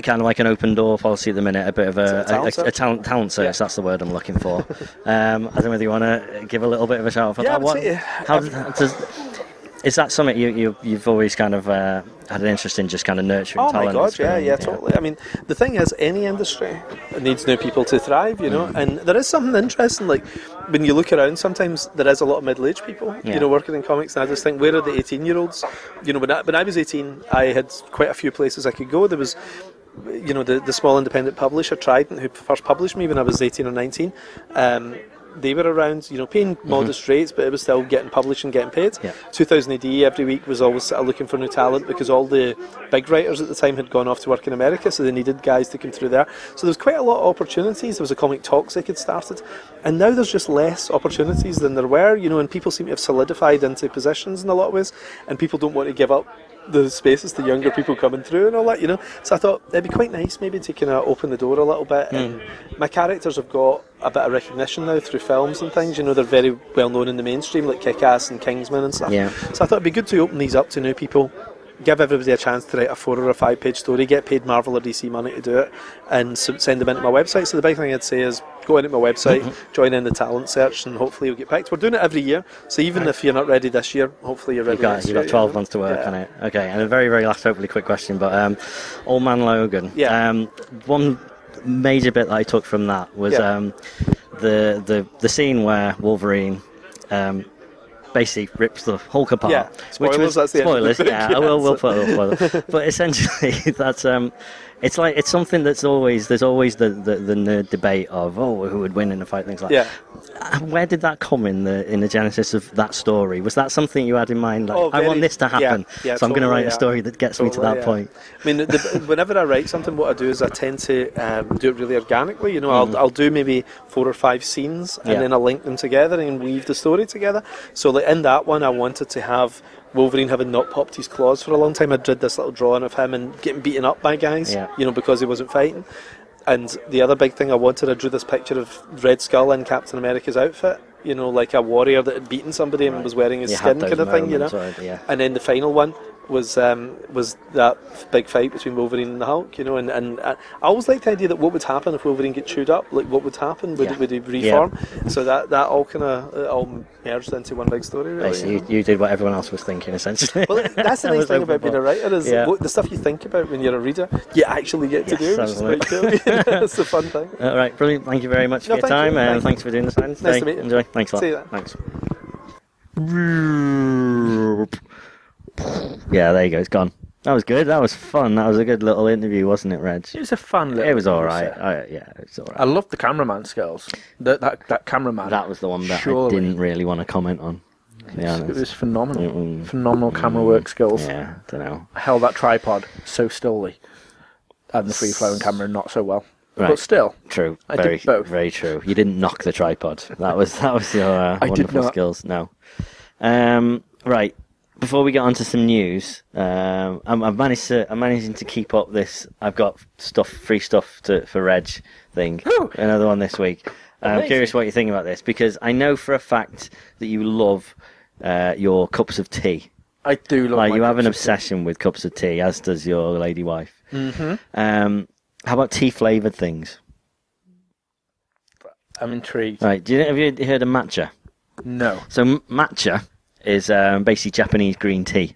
kind of like an open door policy at the minute, a bit of a,
Is it a talent
a, a,
search?
talent, talent search.
Yeah.
That's the word I'm looking for. um, I don't know whether you want to give a little bit of a shout out for
Yeah, I
that.
would say,
how does, does- is that something you, you you've always kind of uh, had an interest in, just kind of nurturing
Oh
talent?
my
It's
god, yeah,
been-
yeah, totally. I mean, the thing is, any industry needs new people to thrive, you know.
Mm.
And there is something interesting, like when you look around, sometimes there is a lot of middle-aged people,
Yeah.
you know, working in comics. And I just think, where are the eighteen-year-olds? You know, when I, when I was eighteen, I had quite a few places I could go. There was you know, the, the small independent publisher Trident, who first published me when I was 18 or 19, um, they were around, you know, paying modest rates, but it was still getting published and getting paid.
Mm-hmm. Yeah.
2000 AD, E every week was always sort of looking for new talent because all the big writers at the time had gone off to work in America, so they needed guys to come through there. So there was quite a lot of opportunities. There was a comic Toxic had started, and now there's just less opportunities than there were, you know, and people seem to have solidified into positions in a lot of ways, and people don't want to give up the spaces to younger people coming through and all that, you know. So I thought it'd be quite nice maybe to kind of open the door a little bit. And my characters have got a bit of recognition now through films and things. You know, they're very well known in the mainstream, like Kick Ass and Kingsman and stuff.
Yeah.
So I thought it'd be good to open these up to new people. Give everybody a chance to write a four or a five page story, get paid Marvel or DC money to do it, and s- send them into my website. So, the big thing I'd say is go in at my website,
Mm-hmm.
join in the talent search, and hopefully you'll get picked. We're doing it every year, so even if you're not ready this year, hopefully you're ready
You've got,
next
you've
year,
got 12
you know?
months to work
Yeah.
on it. Okay, and a very, very last, hopefully quick question, but um, Old Man Logan.
Yeah.
Um, one major bit that I took from that was
Yeah.
um, the, the the scene where Wolverine um, basically rips the Hulk apart.
Yeah.
which was
Spoilers, that's the end of the
spoilers.
book,
yeah, I will,
yeah,
will
so-
put a little spoiler. but essentially, that's um, it's like it's something that's always there's always the, the, the nerd debate of oh who would win in a fight things like
Yeah.
that. Where did that come in the in the genesis of that story? Was that something you had in mind? Like,
Oh,
I
very-
want this to
yeah,
happen,
yeah,
so I'm going to
totally,
write a
yeah.
story that gets me to
Totally,
that
yeah.
point.
I mean, the, whenever I write something, what I do is I tend to um, do it really organically. You know, I'll, I'll do maybe four or five scenes and
Mm. Yeah.
then I'll link them together and weave the story together. So, like, in that one, I wanted to have Wolverine having not popped his claws for a long time. I did this little drawing of him and getting beaten up by guys,
Yeah.
you know, because he wasn't fighting. And the other big thing I wanted, I drew this picture of Red Skull in Captain America's outfit. You know, like a warrior that had beaten somebody and was wearing his
You had
skin,
those
kind of thing. You know,
moments, right, yeah.
and then the final one was um, was that f- big fight between Wolverine and the Hulk, you know, and, and uh, I always liked the idea that what would happen if Wolverine get chewed up, like what would happen, would,
Yeah.
would he reform? So that, that all kind of all merged into one big story, really.
Basically,
you
you,
know.
you did what everyone else was thinking, essentially.
Well, that's the
I
nice
was
thing
hoping
about being
for.
a writer is
Yeah.
what, the stuff you think about when you're a reader, you actually get to
Yes,
do, which is quite cool. That's the fun thing.
All right, brilliant. Thank you very much for
No,
your
thank you,
time, and
thank you.
thanks for doing the science
Nice
today.
to meet you.
Enjoy. Thanks a lot.
See you then.
Thanks. Yeah, there you go. It's gone. That was good. That was fun. That was a good little interview, wasn't it, Reg?
It was a fun little.
It was all
concert.
right. I, yeah, it was all
I
right.
loved the cameraman skills. That that, that cameraman.
That was the one that
Surely.
I didn't really want to comment on. to be
It
honest.
was phenomenal.
Mm-mm.
Phenomenal camera work skills.
Mm, Yeah, I don't know.
Held that tripod so stilly, and the free flowing camera not so well.
Right.
But still,
True.
I did
very,
both.
Very true. You didn't knock the tripod. That was that was your uh,
I did
wonderful
not.
skills. No. Um, right. Before we get on to some news, um, I'm, I've managed to. I'm managing to keep up this. I've got stuff, free stuff to, for Reg thing.
Woo!
Another one this week. And I'm
Amazing.
curious what you think about this because I know for a fact that you love uh, your cups of tea.
I do love.
Like
my
you have an
cups of
obsession with cups of tea, as does your lady wife. Mm-hmm. Um, how about tea flavored things?
tea. I'm intrigued.
Right. Do you have you heard of matcha?
No,
So m- matcha is um, basically Japanese green tea,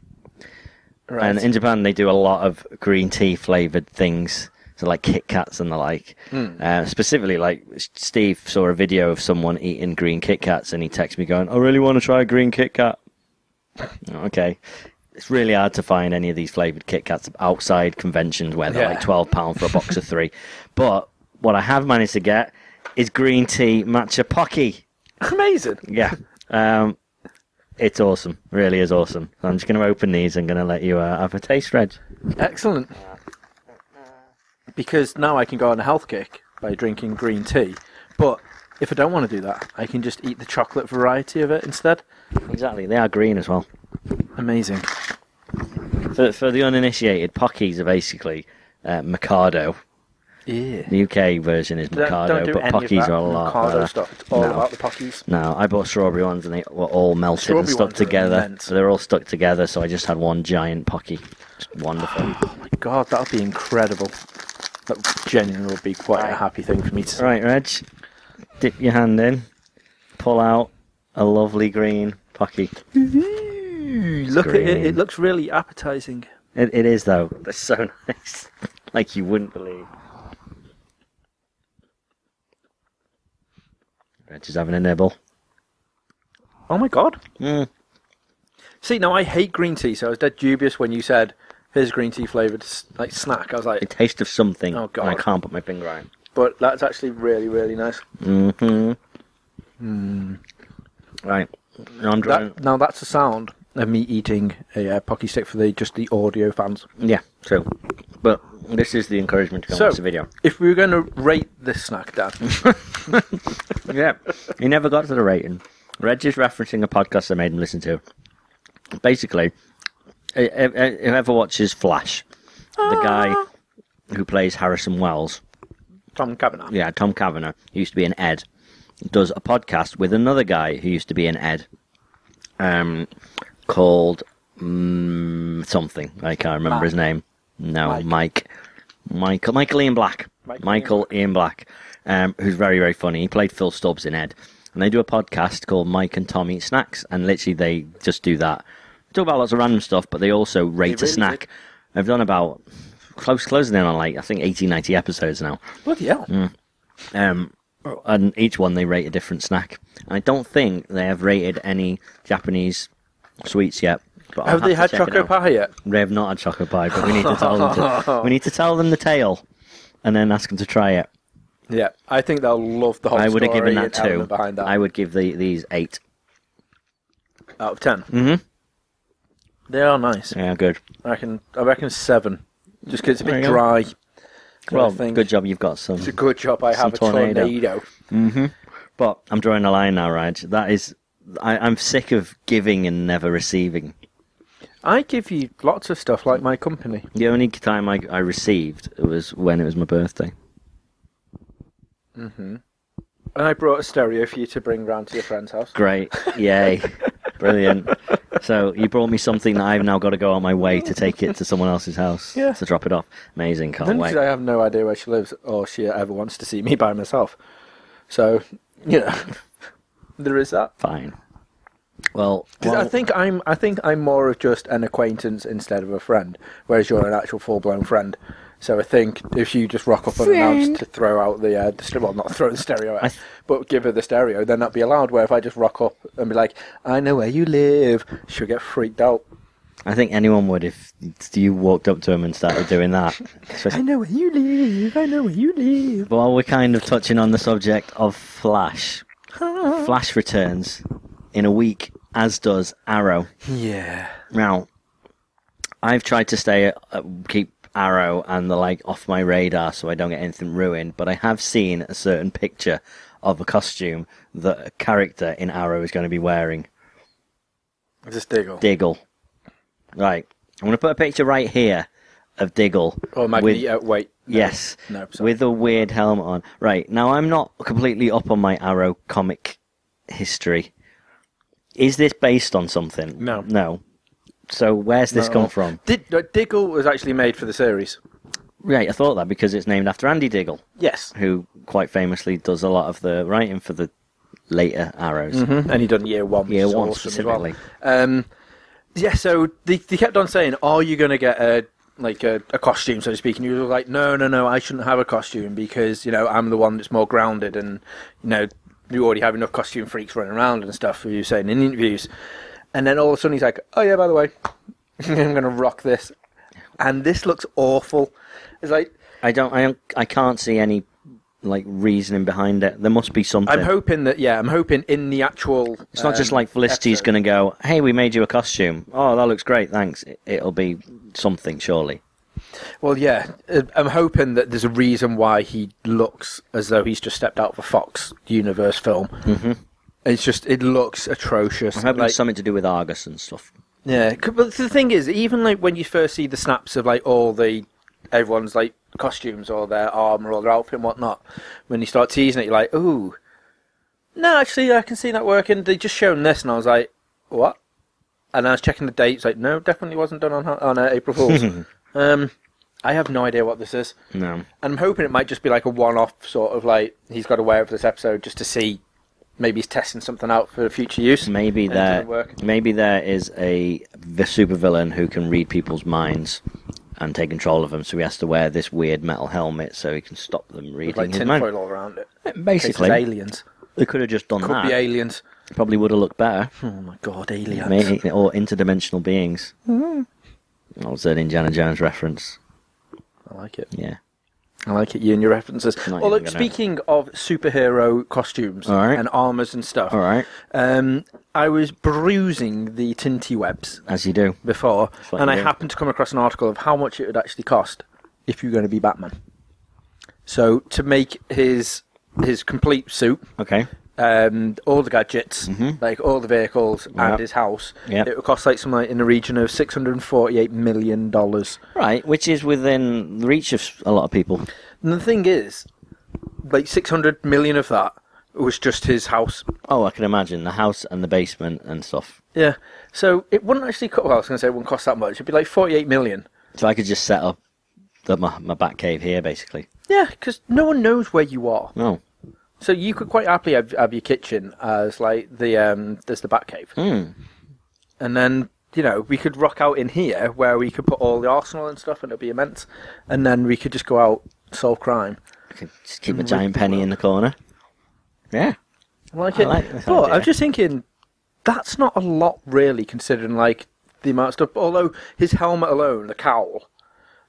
right.
and in Japan they do a lot of green tea flavored things, so like Kit Kats and the like.
Hmm.
Uh, specifically, like S- Steve saw a video of someone eating green Kit Kats, and he texted me going, "I really want to try a green Kit Kat." okay. It's really hard to find any of these flavored Kit Kats outside conventions where they're
Yeah.
like twelve pound for a box of three. But what I have managed to get is green tea matcha pocky.
Amazing.
Yeah. Um, it's awesome. Really is awesome. I'm just going to open these. I'm going to let you uh, have a taste, Reg.
Excellent. Because now I can go on a health kick by drinking green tea. But if I don't want to do that, I can just eat the chocolate variety of it instead.
Exactly. They are green as well.
Amazing.
For, for the uninitiated, Pockies are basically uh, Mikado.
Yeah.
The UK version is
Don't,
Mikado,
don't do
but
any
Pockies
of that
are a lot
Ricardo
better.
stuff. It's all
No.
about the pockies.
No, I bought strawberry ones and they were all melted
Strawberry
and stuck
ones are
together.
immense.
So they're all stuck together, so I just had one giant Pocky. Just wonderful.
Oh my god, that would be incredible. That genuinely would be quite a happy thing for me to see.
Right, Reg. Dip your hand in. Pull out a lovely green Pocky.
Ooh, look at it. It
Green.
looks really appetizing.
It, it is though. They're so nice, like you wouldn't believe. Reg is having a nibble.
Oh my god.
Mm.
See, now I hate green tea, so I was dead dubious when you said, here's a green tea flavoured like snack. I was
A
like,
taste of something.
Oh, God.
and I can't put my finger on.
but that's actually really, really nice.
Mm-hmm. Right. Now I'm drawing.
That, now that's the sound of me eating a uh, pocky stick for the just the audio fans.
Yeah, true. But this is the encouragement to go
So-
watch the video.
If we were going to rate this snack, Dan,
Yeah, he never got to the rating. Reg is referencing a podcast I made him listen to. Basically, i- i- i- whoever watches Flash, the guy who plays Harrison Wells,
Tom Kavanagh.
yeah, Tom Kavanagh, who used to be an Ed, does a podcast with another guy who used to be an Ed, um, called mm, something. I can't remember his name. No,
Mike.
Mike. Michael Michael Ian Black.
Michael
Michael Ian Black, um, who's very very funny. He played Phil Stubbs in Ed, and they do a podcast called Mike and Tom Eat Snacks, and literally they just do that. Talk about lots of random stuff, but they also rate
really
a snack.
did.
I've done about close closing in on like I think 80, 90 episodes now.
Bloody hell.
Mm, Um, and each one they rate a different snack. And I don't think they have rated any Japanese sweets yet. But I'll
Have they
to
had
check it
choco
out.
pie yet?
They have not had choco pie, but we need to tell them. To, we need to tell them the tale, and then ask them to try it.
Yeah, I think they'll love the whole
I would have
story
given that
and
two.
element Behind that.
I would give the, these eight.
Out of 10 Mm-hmm. They are nice.
Yeah, good.
I reckon. I reckon seven. Just because it's a
There
bit
you go.
dry. But I
Well,
think
good job. You've got some.
It's a good job I
Some
have a
tornado.
tornado.
But I'm drawing a line now, Raj. That is, I, I'm sick of giving and never receiving.
I give you lots of stuff like my company.
The only time I, I received was when it was my birthday.
And I brought a stereo for you to bring round to your friend's house.
Great. Yay. Brilliant. so you brought me something that I've now got to go on my way to take it to someone else's house
Yeah.
to drop it off. Amazing, can't
Then
wait.
I have no idea where she lives or she ever wants to see me by myself. So, you know, there is that.
Fine. Well,
'Cause I
well,
think I'm I think I'm more of just an acquaintance instead of a friend, whereas you're an actual full blown friend. So I think if you just rock up unannounced to throw out the, uh, the st- well, not throw the stereo, out,
th-
but give her the stereo, then that'd be allowed. Where if I just rock up and be like, "I know where you live," she'll get freaked out.
I think anyone would if you walked up to him and started doing that. Especially-
I know where you live. I know where you live.
Well, we're kind of touching on the subject of Flash. Flash returns in a week, as does Arrow.
Yeah.
Now, I've tried to stay uh, keep Arrow and the like off my radar so I don't get anything ruined, but I have seen a certain picture of a costume that a character in Arrow is going to be wearing.
Just Diggle.
Diggle. Right. I'm going to put a picture right here of Diggle.
Or
with-
Magneto. wait. no.
Yes.
No, sorry.
with a weird helmet on. Right. Now, I'm not completely up on my Arrow comic history. Is this based on something?
No.
No. So, where's this
No.
come from?
Did, uh, Diggle was actually made for the series.
Right, I thought that because it's named after Andy Diggle,
Yes.
who quite famously does a lot of the writing for the later Arrows.
And he done year one. Which
Year
is
one
awesome as well.
specifically.
Um, yeah, so they, they kept on saying, "Are you going to get a like a, a costume, so to speak?" And you were like, "No, no, no, I shouldn't have a costume because you know I'm the one that's more grounded, and you know you already have enough costume freaks running around and stuff." who You were saying in interviews, and then all of a sudden he's like, "Oh yeah, by the way, I'm going to rock this," and this looks awful. It's like
I don't, I don't, I can't see any like reasoning behind it. There must be something.
I'm hoping that yeah, I'm hoping in the actual.
it's not just
um,
like Felicity's
episode-
going to go, "Hey, we made you a costume. Oh, that looks great. Thanks." It- It'll be something, surely.
Well, yeah, uh, I'm hoping that there's a reason why he looks as though he's just stepped out of a Fox Universe film. Mm-hmm. It's just it looks atrocious.
I'm hoping
like-
it's something to do with Argus and stuff.
yeah, c- but the thing is, even like when you first see the snaps of like all the everyone's like costumes or their armor or their outfit and whatnot, when you start teasing it, you're like, ooh, no, actually, I can see that working. They just shown this, and I was like, what? And I was checking the dates, like, no, definitely wasn't done on on uh, April Fools. um, I have no idea what this is.
No,
And I'm hoping it might just be like a one off sort of like he's got to wear it for this episode just to see maybe he's testing something out for future use.
maybe
And it doesn't
there,
work.
maybe there is a v- supervillain who can read people's minds and take control of them. So he has to wear this weird metal helmet so he can stop them reading
With like
his mind.
tinfoil all around it.
Basically,
Cases aliens.
they could have just done
Could
that.
be aliens.
Probably would have looked better,
Oh my god, aliens.
Maybe- or interdimensional beings. That was an Indiana Jones reference.
I like it.
Yeah.
I like it, you and your references.
Not
Although,
even gonna-
speaking of superhero costumes
All right.
and armours and stuff,
All right,
um, I was perusing the Tinty Webs
as you do.
before,
what
and
you
I
do.
happened to come across an article of how much it would actually cost if you're going to be Batman. So to make his his complete suit,
Okay.
um, all the gadgets, like all the vehicles
Mm-hmm. Yep.
and his house,
Yep.
it would cost like something like in the region of six hundred and forty-eight million dollars.
Right, which is within the reach of s- a lot of people.
And the thing is, like six hundred million of that was just his house.
Oh, I can imagine the house and the basement and stuff.
Yeah. So it wouldn't actually. Co- well, I was going to say it wouldn't cost that much. It'd be like forty-eight million.
So I could just set up the, my my back cave here, basically.
Yeah, because no one knows where you are.
Oh,
So you could quite happily have, have your kitchen as like the um there's the Batcave,
Hmm.
and then you know we could rock out in here where we could put all the arsenal and stuff, and it'd be immense, and then we could just go out solve crime.
I could just keep a
Hmm.
giant penny in the corner. Yeah.
I like
I
it,
like this
but I
idea.
was just thinking that's not a lot really considering like the amount of stuff. Although his helmet alone, the cowl.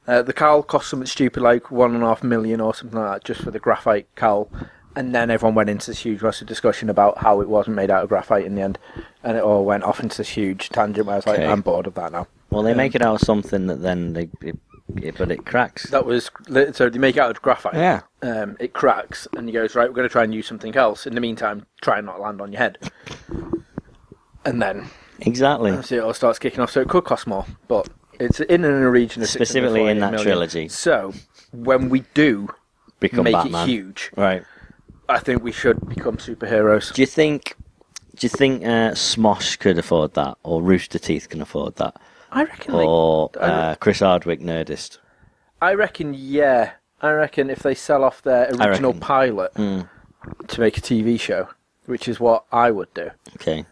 Uh, the cowl cost something stupid like one and a half million or something like that just for the graphite cowl. And then everyone went into this huge massive discussion about how it wasn't made out of graphite in the end. And it all went off into this huge tangent where I was like,
Okay.
I'm bored of that now.
Well, they make it out of something that then they, it, it, but it cracks.
That was li- so they make it out of graphite.
Yeah.
Um, it cracks and he goes right. We're going to try and use something else. In the meantime, try and not land on your head. And then
Exactly.
obviously it all starts kicking off, so it could cost more, but it's in and in a region of
Specifically in that
648 million.
trilogy.
So when we do
Become
make
Batman.
it huge,
Right.
I think we should become superheroes.
Do you think Do you think uh, Smosh could afford that, or Rooster Teeth can afford that,
I reckon. they-
or
I-
uh, Chris Hardwick Nerdist?
I reckon. Yeah, I reckon if they sell off their original
reckon. Hmm.
pilot to make a TV show, which is what I would do,
Okay,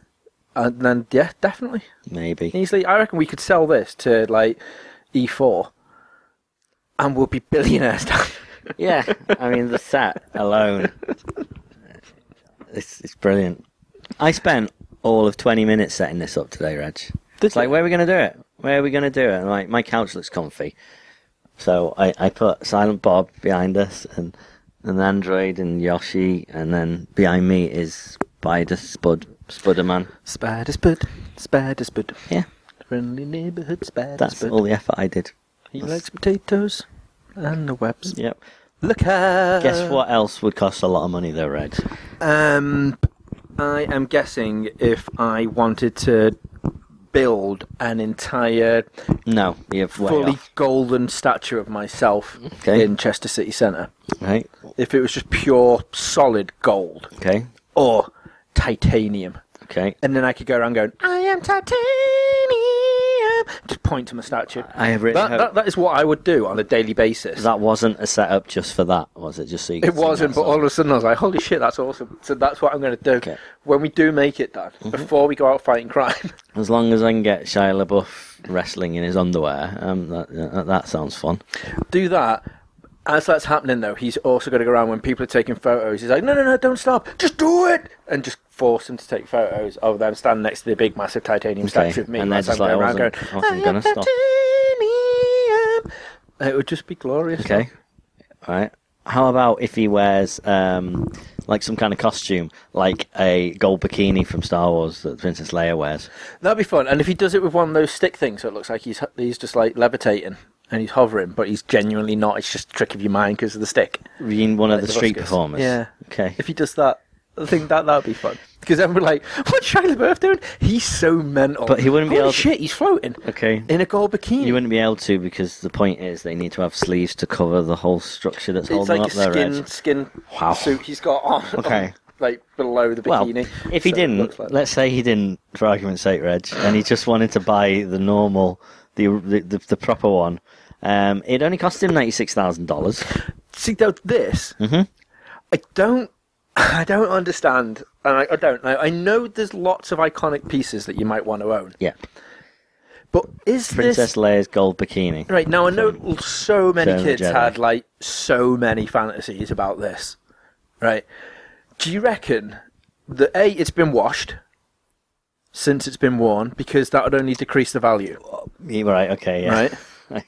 and then yeah, definitely
maybe.
easily. I reckon we could sell this to like E4, and we'll be billionaires.
Yeah, I mean the set alone, it's it's brilliant. I spent all of twenty minutes setting this up today, Reg. it's like, where are we going to do it? Where are we going to do it? And like, my couch looks comfy, so I, I put Silent Bob behind us, and and Android and Yoshi, and then behind me is Spider Spud Spudderman.
spider spud, spider spud,
Yeah,
friendly neighborhood spider
that's
spud.
all the effort I did.
He likes potatoes and the webs.
Yep. Uh,
Look out!
Guess what else would cost a lot of money though, Reg?
Um, I am guessing if I wanted to build an entire
No, you're way
fully
off.
golden statue of myself
Okay.
in Chester City Centre,
Right.
if it was just pure solid gold
Okay.
or titanium,
Okay.
and then I could go around going, I am titanium, just point to my statue.
I have written.
That, that, that is what I would do on a daily basis.
that wasn't a setup just for that, was it? Just so you could
It
sing
wasn't,
that
but
song.
all of a sudden I was like, "Holy shit, that's awesome!" So that's what I'm going to do
Okay. Mm-hmm.
when we do make it, Dan. Before we go out fighting crime,
As long as I can get Shia LaBeouf wrestling in his underwear, um, that, uh, that sounds fun.
do that. As that's happening, though, he's also going to go around when people are taking photos. He's like, "No, no, no, don't stop! Just do it!" And just force them to take photos of them standing next to the big, massive titanium
Okay,
statue of me.
and they're
as I'm
just like,
going
"I
around
wasn't-
going,
I wasn't
am
gonna stop."
titanium." It would just be glorious.
Okay. All right. How about if he wears um, like some kind of costume, like a gold bikini from Star Wars that Princess Leia wears?
That'd be fun. And if he does it with one of those stick things, so it looks like he's he's just like levitating and he's hovering, but he's genuinely not. It's just a trick of your mind because of the stick.
Being one of the
the
street
buskers.
performers.
Yeah.
Okay.
If he does that, I think that that'd be fun. Because then we're like, what's Shia LaBeouf doing? He's so mental.
But he wouldn't be
Holy
able to-
shit, he's floating.
Okay.
In a gold bikini.
You wouldn't be able to because the point is they need to have sleeves to cover the whole structure that's
it's
holding
like a
up their
skin
edge.
skin
Wow.
suit he's got on.
Okay.
on, like below the
Well,
bikini.
if he
So it
didn't,
looks like-
let's say he didn't, for argument's sake, Reg, and he just wanted to buy the normal, the the, the, the proper one, um, it only cost him ninety six thousand dollars.
see though this
Mm-hmm.
i don't i don't understand and i, I don't know i know there's lots of iconic pieces that you might want to own
Yeah,
but is
Princess
this
Leia's gold bikini.
right now i know so many
Return of the
kids
Jedi.
had like so many fantasies about this right do you reckon that a it's been washed since it's been worn because that would only decrease the value
Yeah, Right. Okay. Yeah. Right.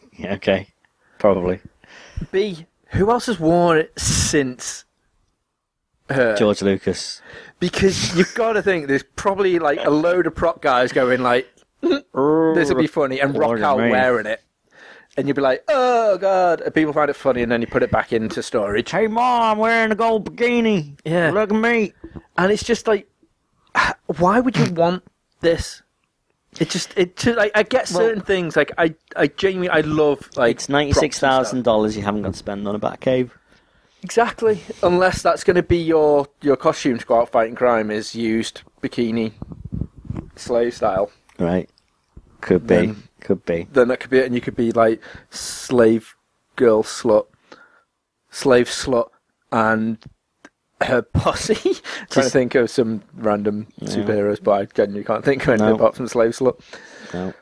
yeah. Okay. Probably
b who else has worn it since
George Lucas.
because you've got to think there's probably like a load of prop guys going like this will be funny and rock
Lord
out
Mary.
wearing it and you'd be like oh god and people find it funny and then you put it back into storage
Hey, mom, I'm wearing a gold bikini.
Yeah.
Look at me.
and it's just like why would you want this it just it just, like, i get certain things like i i genuinely i love like
It's ninety six thousand dollars you haven't got to spend on a Batcave.
Exactly. Unless that's going to be your your costume to go out fighting crime is used bikini slave style.
Right. Could be.
Then-
Could be.
Then that could be it, and you could be like slave girl slut, slave slut, and her posse. Trying to
Just-
think of some random superheroes, but I genuinely can't think of anything
No.
apart from slave slut.
No.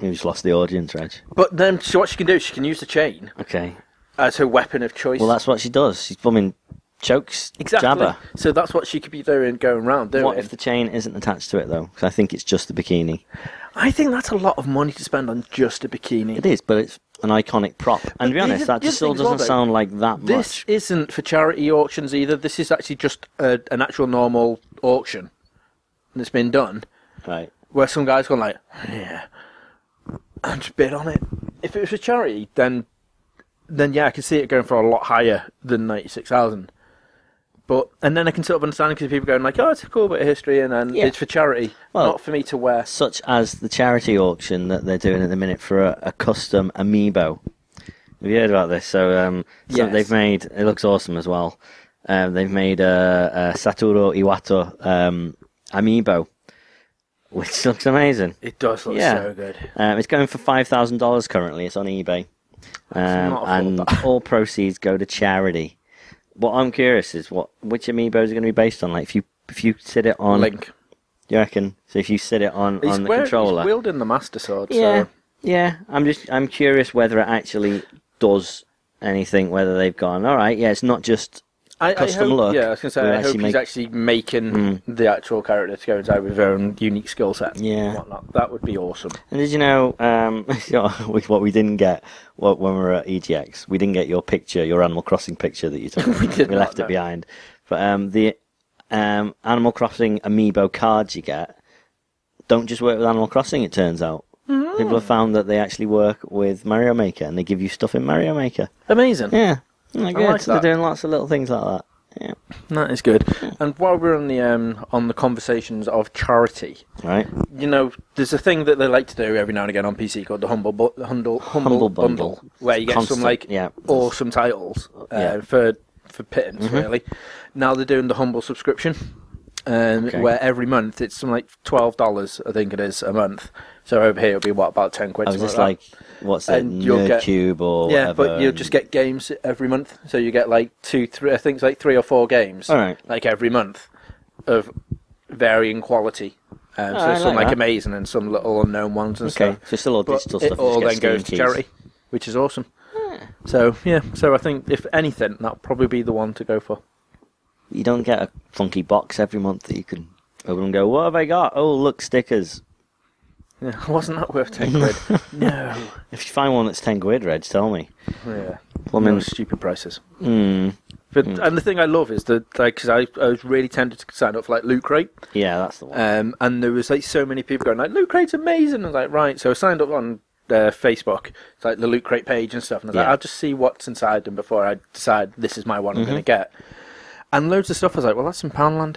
You just lost the audience, Reg.
But then, so what she can do, she can use the chain
Okay.
as her weapon of choice.
Well, that's what she does. She's bumming chokes
exactly.
Jabba.
So that's what she could be doing, going round doing.
What if the chain isn't attached to it though? 'Cause I think it's just the bikini.
I think that's a lot of money to spend on just a bikini.
It is, but it's an iconic prop. And to be
these
honest,
are-
that
these
just still
things as well,
doesn't
though.
sound like that
This
much.
isn't for charity auctions either. This is actually just a, an actual normal auction, and it's been done
Right.
where some guy's gone like, yeah, and just bid on it. If it was for charity, then then yeah, I can see it going for a lot higher than ninety six thousand. But and then I can sort of understand because people going like, oh, it's a cool bit of history, and then
Yeah.
it's for charity,
Well-
not for me to wear.
Such as the charity auction that they're doing at the minute for a, a custom amiibo. Have you heard about this? So, um, so
Yes.
they've made it looks awesome as well. Um, they've made a, a Satoru Iwato um, Amiibo, which looks amazing.
It does look
Yeah.
so good.
Um, it's going for five thousand dollars currently. It's on eBay, um,
not
and
affordable.
all proceeds go to charity. What I'm curious is what which amiibos are going to be based on. Like if you if you sit it on,
Link.
you reckon? So if you sit it on
He's,
on the
wear-
controller,
he's wielding the Master Sword,
yeah,
so
yeah. I'm just I'm curious whether it actually does anything. Whether they've gone all right. Yeah, it's not just
I,
Custom
I hope,
look
Yeah, I was gonna say,
will
I
actually
hope
make- Hmm.
he's actually making the actual character to go inside with her own unique skill set.
Yeah.
and whatnot. that would be awesome.
And did you know um, with what we didn't get what, when we were at EGX? We didn't get your picture, your Animal Crossing picture that you took. we
did not,
left
no.
it behind. But um, the um, Animal Crossing amiibo cards you get don't just work with Animal Crossing. It turns out
Mm.
people have found that they actually work with Mario Maker and they give you stuff in Mario Maker.
Amazing.
Yeah, Isn't that good.
like
So
that.
They're doing lots of little things like that. Yeah,
That is good.
Hmm.
And while we're on the um, on the conversations of charity,
right.
you know, there's a thing that they like to do every now and again on PC called the humble bu- the humble, humble,
Humble
bundle,
Bundle.
where you get
Constant,
some like
yeah.
awesome titles uh,
Yeah. Mm-hmm.
for for pittance really. Now they're doing the humble subscription, um,
Okay.
where every month it's some like twelve dollars, I think it is a month. So over here it'll be what about ten quid?
I was
something
just
that.
like, what's it,
And you'll get-
Nerdcube or
yeah,
whatever?
but you'll
and-
just get games every month. So you get like two, three, I think it's like three or four games,
All right.
like every month of varying quality. Um,
Oh,
so
I
some
like
like
that.
amazing and some little unknown ones and
Okay,
stuff.
so still all
But
digital
it
stuff. you
all
just
then
get
goes
Steam
to
keys.
charity, which is awesome.
Hmm.
So yeah, so I think if anything, that'll probably be the one to go for.
You don't get a funky box every month that you can open and go, what have I got? Oh, look, stickers.
Yeah, wasn't that worth ten quid? no.
If you find one that's 10 quid, Reg, tell me.
Yeah.
Plumbing.
No stupid prices.
Mm,
But and the thing I love is that like because I, I was really tempted to sign up for like Loot Crate.
yeah, that's the one.
Um, and there was like so many people going like, "Loot Crate's amazing." I was like, "Right." So I signed up on uh, Facebook, it's like the Loot Crate page and stuff, and I was like,
Yeah.
"I'll just see what's inside them before I decide this is my one I'm going to get." And loads of stuff. I was like, "Well, that's in Poundland.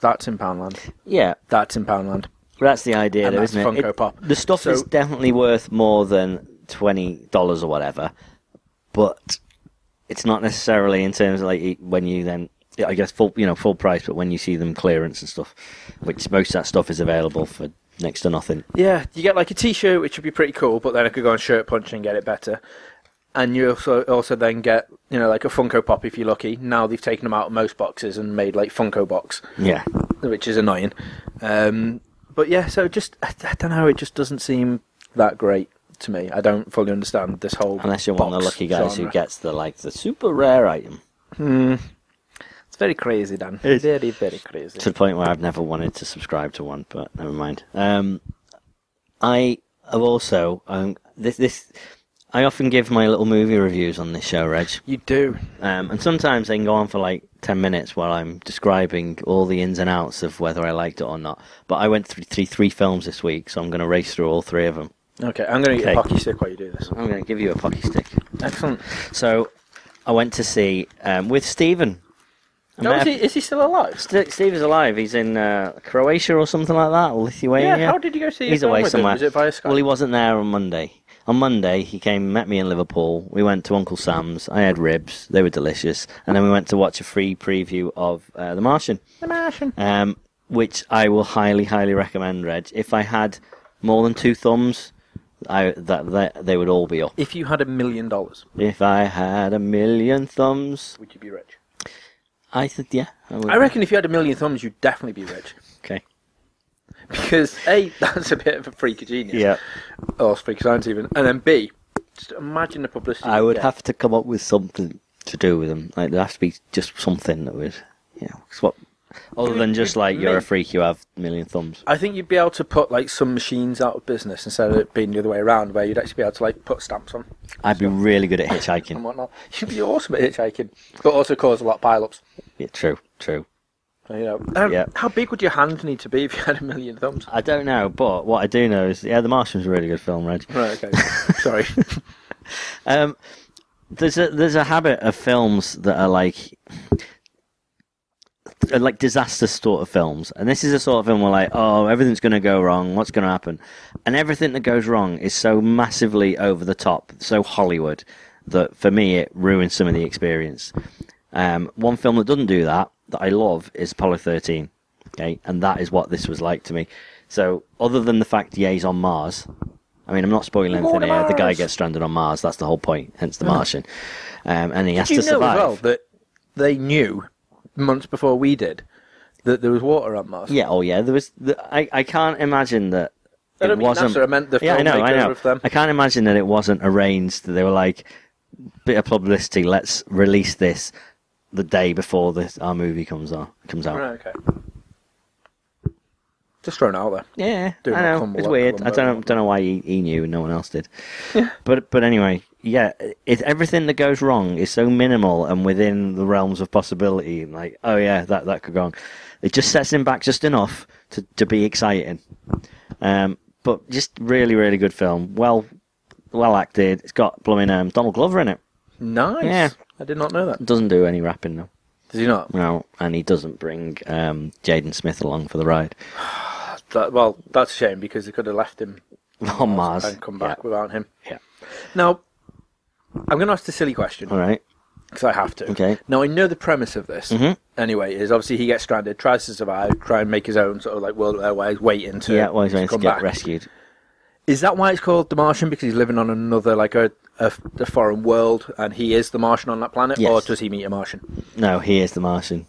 That's in Poundland.
yeah,
That's in Poundland."
that's the idea,
and
though,
that's
isn't it?
Funko
It-
Pop.
The stuff
So-
is definitely worth more than $20 or whatever, but it's not necessarily in terms of like it- when you then. yeah, I guess full, you know, full price, but when you see them clearance and stuff, which most of that stuff is available for next to nothing.
Yeah, you get like a T-shirt, which would be pretty cool, but then I could go on Shirt Punch and get it better. And you also also then get you know like a Funko Pop if you're lucky. Now they've taken them out of most boxes and made like Funko Box.
Yeah,
which is annoying. Um, but yeah, so just I, I don't know. It just doesn't seem that great to me. I don't fully understand this whole.
Unless you're one of the
box
lucky guys
genre. Hmm.
who gets the like the super rare item
It's very crazy, Dan.
It's-
very very crazy.
to the point where I've never wanted to subscribe to one, but never mind. Um, I have also um, this this I often give my little movie reviews on this show, Reg,
you do.
um, and sometimes they can go on for like ten minutes while I'm describing all the ins and outs of whether I liked it or not. But I went through three, three films this week, so I'm going to race through all three of them.
Okay, I'm going to get a
Okay.
hockey stick while you do this.
I'm going to give you a pocky stick.
Excellent.
So I went to see um, with Stephen. I
No,
met
is,
a-
he, is he still alive?
St- Steve is alive. He's in uh, Croatia or something like that, or Lithuania.
Yeah, How did you go see? a
He's
film
away
with him?
somewhere.
Was it via Skype?
Well, he wasn't there on Monday. On Monday, he came, met me in Liverpool. We went to Uncle Sam's. I had ribs; they were delicious. And then we went to watch a free preview of uh, The Martian,
the Martian.
um, which I will highly, highly recommend. Reg, if I had more than two thumbs, I that, that they would all be up.
If you had a million dollars,
If I had a million thumbs,
would you be rich?
I said, yeah, I would.
I reckon if you had a million thumbs, you'd definitely be rich.
Okay.
Because a, that's a bit of a freak of genius.
Yeah.
or Oh, speak science even, and then B, just imagine the publicity.
I
you
would
get.
have to come up with something to do with them. Like there has to be just something that would, you know, 'cause what other than just like you're a freak, you have a million thumbs.
I think you'd be able to put like some machines out of business instead of it being the other way around, where you'd actually be able to like put stamps on
I'd be really good at
and
hitchhiking.
whatnot. You'd be awesome at hitchhiking, but also cause a lot of pile-ups.
Yeah, true, true.
You know, Um,
Yeah.
how big would your hand need to be if you had a million thumbs?
I don't know, but what I do know is, yeah, The Martian's a really good film, Reg.
Right. Okay. Sorry.
Um, there's a there's a habit of films that are like are uh, like disaster sort of films, and this is a sort of film where like, oh, everything's going to go wrong. What's going to happen? And everything that goes wrong is so massively over the top, so Hollywood that for me it ruins some of the experience. Um, one film that doesn't do that that I love is Apollo 13. Okay, and that is what this was like to me. So, other than the fact Ye's on Mars, I mean, I'm not spoiling anything here. The guy
Mars!
gets stranded on Mars. That's the whole point. Hence the Martian, um, and he has
Do you
to
know
survive.
as well that they knew months before we did that there was water on Mars?
Yeah, oh yeah. There was. The, I I can't imagine that.
I don't
it
mean
wasn't.
NASA, I meant the
yeah, I know, I
filmmaker
know.
of them.
I can't imagine that it wasn't arranged. That they were like, bit of publicity. Let's release this the day before this our movie comes on comes out.
Right, okay. Just thrown out there.
Yeah,
Doing
I
a
know.
Columbo-
It's weird. I
Columbo.
don't know, don't know why he, he knew and no one else did. But but anyway, yeah, it, everything that goes wrong is so minimal and within the realms of possibility. and Like, oh yeah, that that could go wrong. It just sets him back just enough to, to be exciting. Um, but just really really good film. Well well acted. It's got blooming um, Donald Glover in it.
Nice.
Yeah.
I did not know that.
Doesn't do any rapping though.
Did you not?
No, and he doesn't bring um, Jaden Smith along for the ride
That, well, that's a shame because they could have left him
on Mars.
and come back without him.
Yeah.
Now, I'm going to ask the silly question
All right.
because I have to.
Okay. Mm-hmm.
Now I know the premise of this. Anyway, is obviously he gets stranded, tries to survive, try and make his own sort of like world airways, waiting to
Yeah, well, he's
to
going to
come
get
back.
rescued.
Is that why it's called the Martian? Because he's living on another like a, a, a foreign world, and he is the Martian on that planet,
Yes.
or does he meet a Martian?
No, he is the Martian.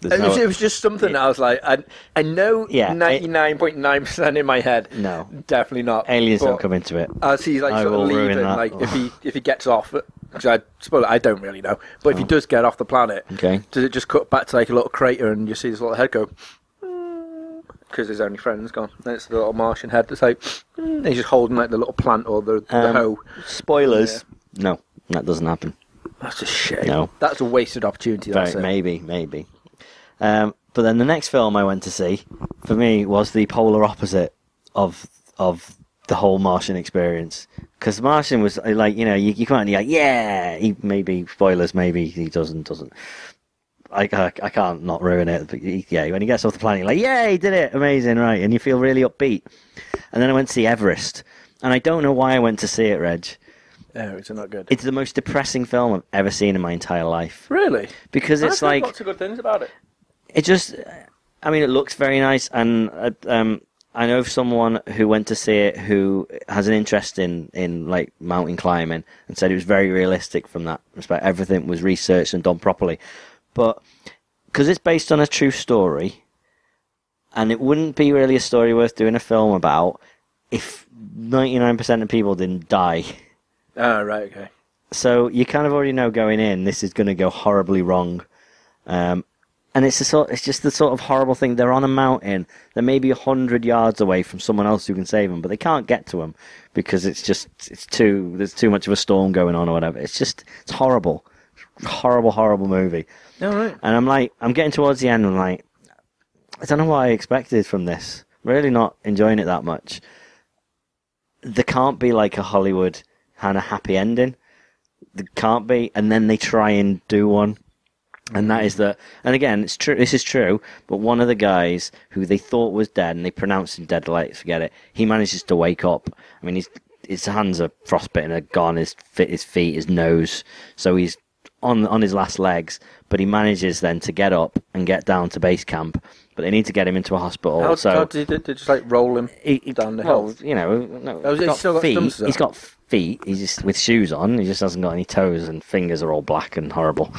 There's
It was,
no-
it was just something that I was like, I, I know
Yeah, it-
ninety nine point nine percent in my head.
No.
definitely not.
aliens
but
don't come into it.
As he's like
I
sort
will
of
ruin
leaving,
that.
like if he if he gets off, because I suppose I don't really know, but if he does get off the planet,
Oh. Okay.
does it just cut back to like a little crater and you see his little head go? Because his only friend's gone. And it's the little Martian head that's like, "Mm," and he's just holding like the little plant or the, the
Um,
hoe.
Spoilers. No, that doesn't happen.
That's a shame.
No.
That's a wasted opportunity. That's it.
Very- maybe, maybe. Um, but then the next film I went to see for me was the polar opposite of of the whole Martian experience. Because Martian was uh, like, you know, you, you can't. You're like, yeah, he, maybe spoilers, maybe he doesn't, doesn't. I, I, I can't not ruin it. But he- yeah, when he gets off the planet, you're like, yeah, he did it, amazing, right? And you feel really upbeat. And then I went to see Everest, and I don't know why I went to see it, Reg.
Oh, it's not good.
It's the most depressing film I've ever seen in my entire life
really.
because it's
I've heard
like
lots of good things about it.
it just i mean it looks very nice and uh, um i know of someone who went to see it who has an interest in in like mountain climbing and said it was very realistic from that respect everything was researched and done properly but because it's based on a true story and it wouldn't be really a story worth doing a film about if 99% of people didn't die
Oh, right. Okay.
so you kind of already know going in this is going to go horribly wrong, um, and it's a sort. It's just the sort of horrible thing. They're on a mountain. They're maybe hundred yards away from someone else who can save them, but they can't get to them because it's just it's too. There's too much of a storm going on or whatever. It's just it's horrible, horrible, horrible movie.
All right.
And I'm like, I'm getting towards the end. I'm like, I don't know what I expected from this. Really not enjoying it that much. There can't be like a Hollywood kind of happy ending. There can't be. And then they try and do one. And that is that. And again, it's true. This is true. But one of the guys who they thought was dead, and they pronounced him dead. Like, forget it. He manages to wake up. I mean, his his hands are frostbitten, are gone. His fit, his feet, his nose. So he's on on his last legs. But he manages then to get up and get down to base camp. But they need to get him into a hospital.
How,
so
how did it did it just like roll him
he, he-
down the
well,
hill?
You know, no,
Oh,
he's
he's
got
still got
feet.
thumbs up.
he's got feet. He's just with shoes on. He just hasn't got any toes, and fingers are all black and horrible.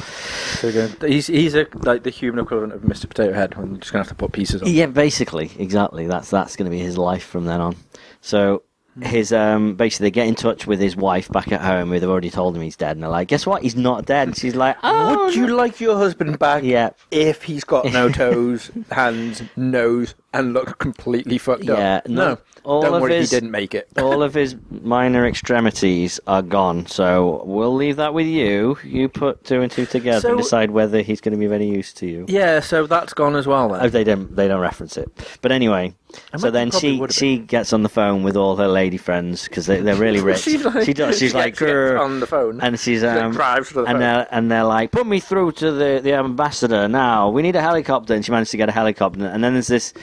He's he's a, like the human equivalent of Mr. Potato Head when you're just gonna have to put pieces on.
Yeah, basically, exactly. That's that's going to be his life from then on. So
Hmm.
his um basically they get in touch with his wife back at home who they've already told him he's dead and they're like guess what he's not dead and she's like oh
Would you like your husband back?
Yeah.
If he's got no toes, hands, nose, and looked completely fucked
Yeah,
up.
no.
No.
All
Don't
of
worry,
his-
he didn't make it.
all of his minor extremities are gone so we'll leave that with you you put two and two together
So-
and decide whether he's going to be of any use to you
Yeah, so that's gone as well
Oh,
then.
they don't. They don't reference it. But anyway,
I
so
might-
then
probably
she
would've
she gets on the phone with all her lady friends because they, they're really rich.
She's like-
she does. She's
she
like
gets- gets
"Grr,"
on the phone.
and she's
like,
um,
drives to the
and
phone.
they're and they're like, put me through to the the ambassador now. We need a helicopter, and she managed to get a helicopter. And then there's this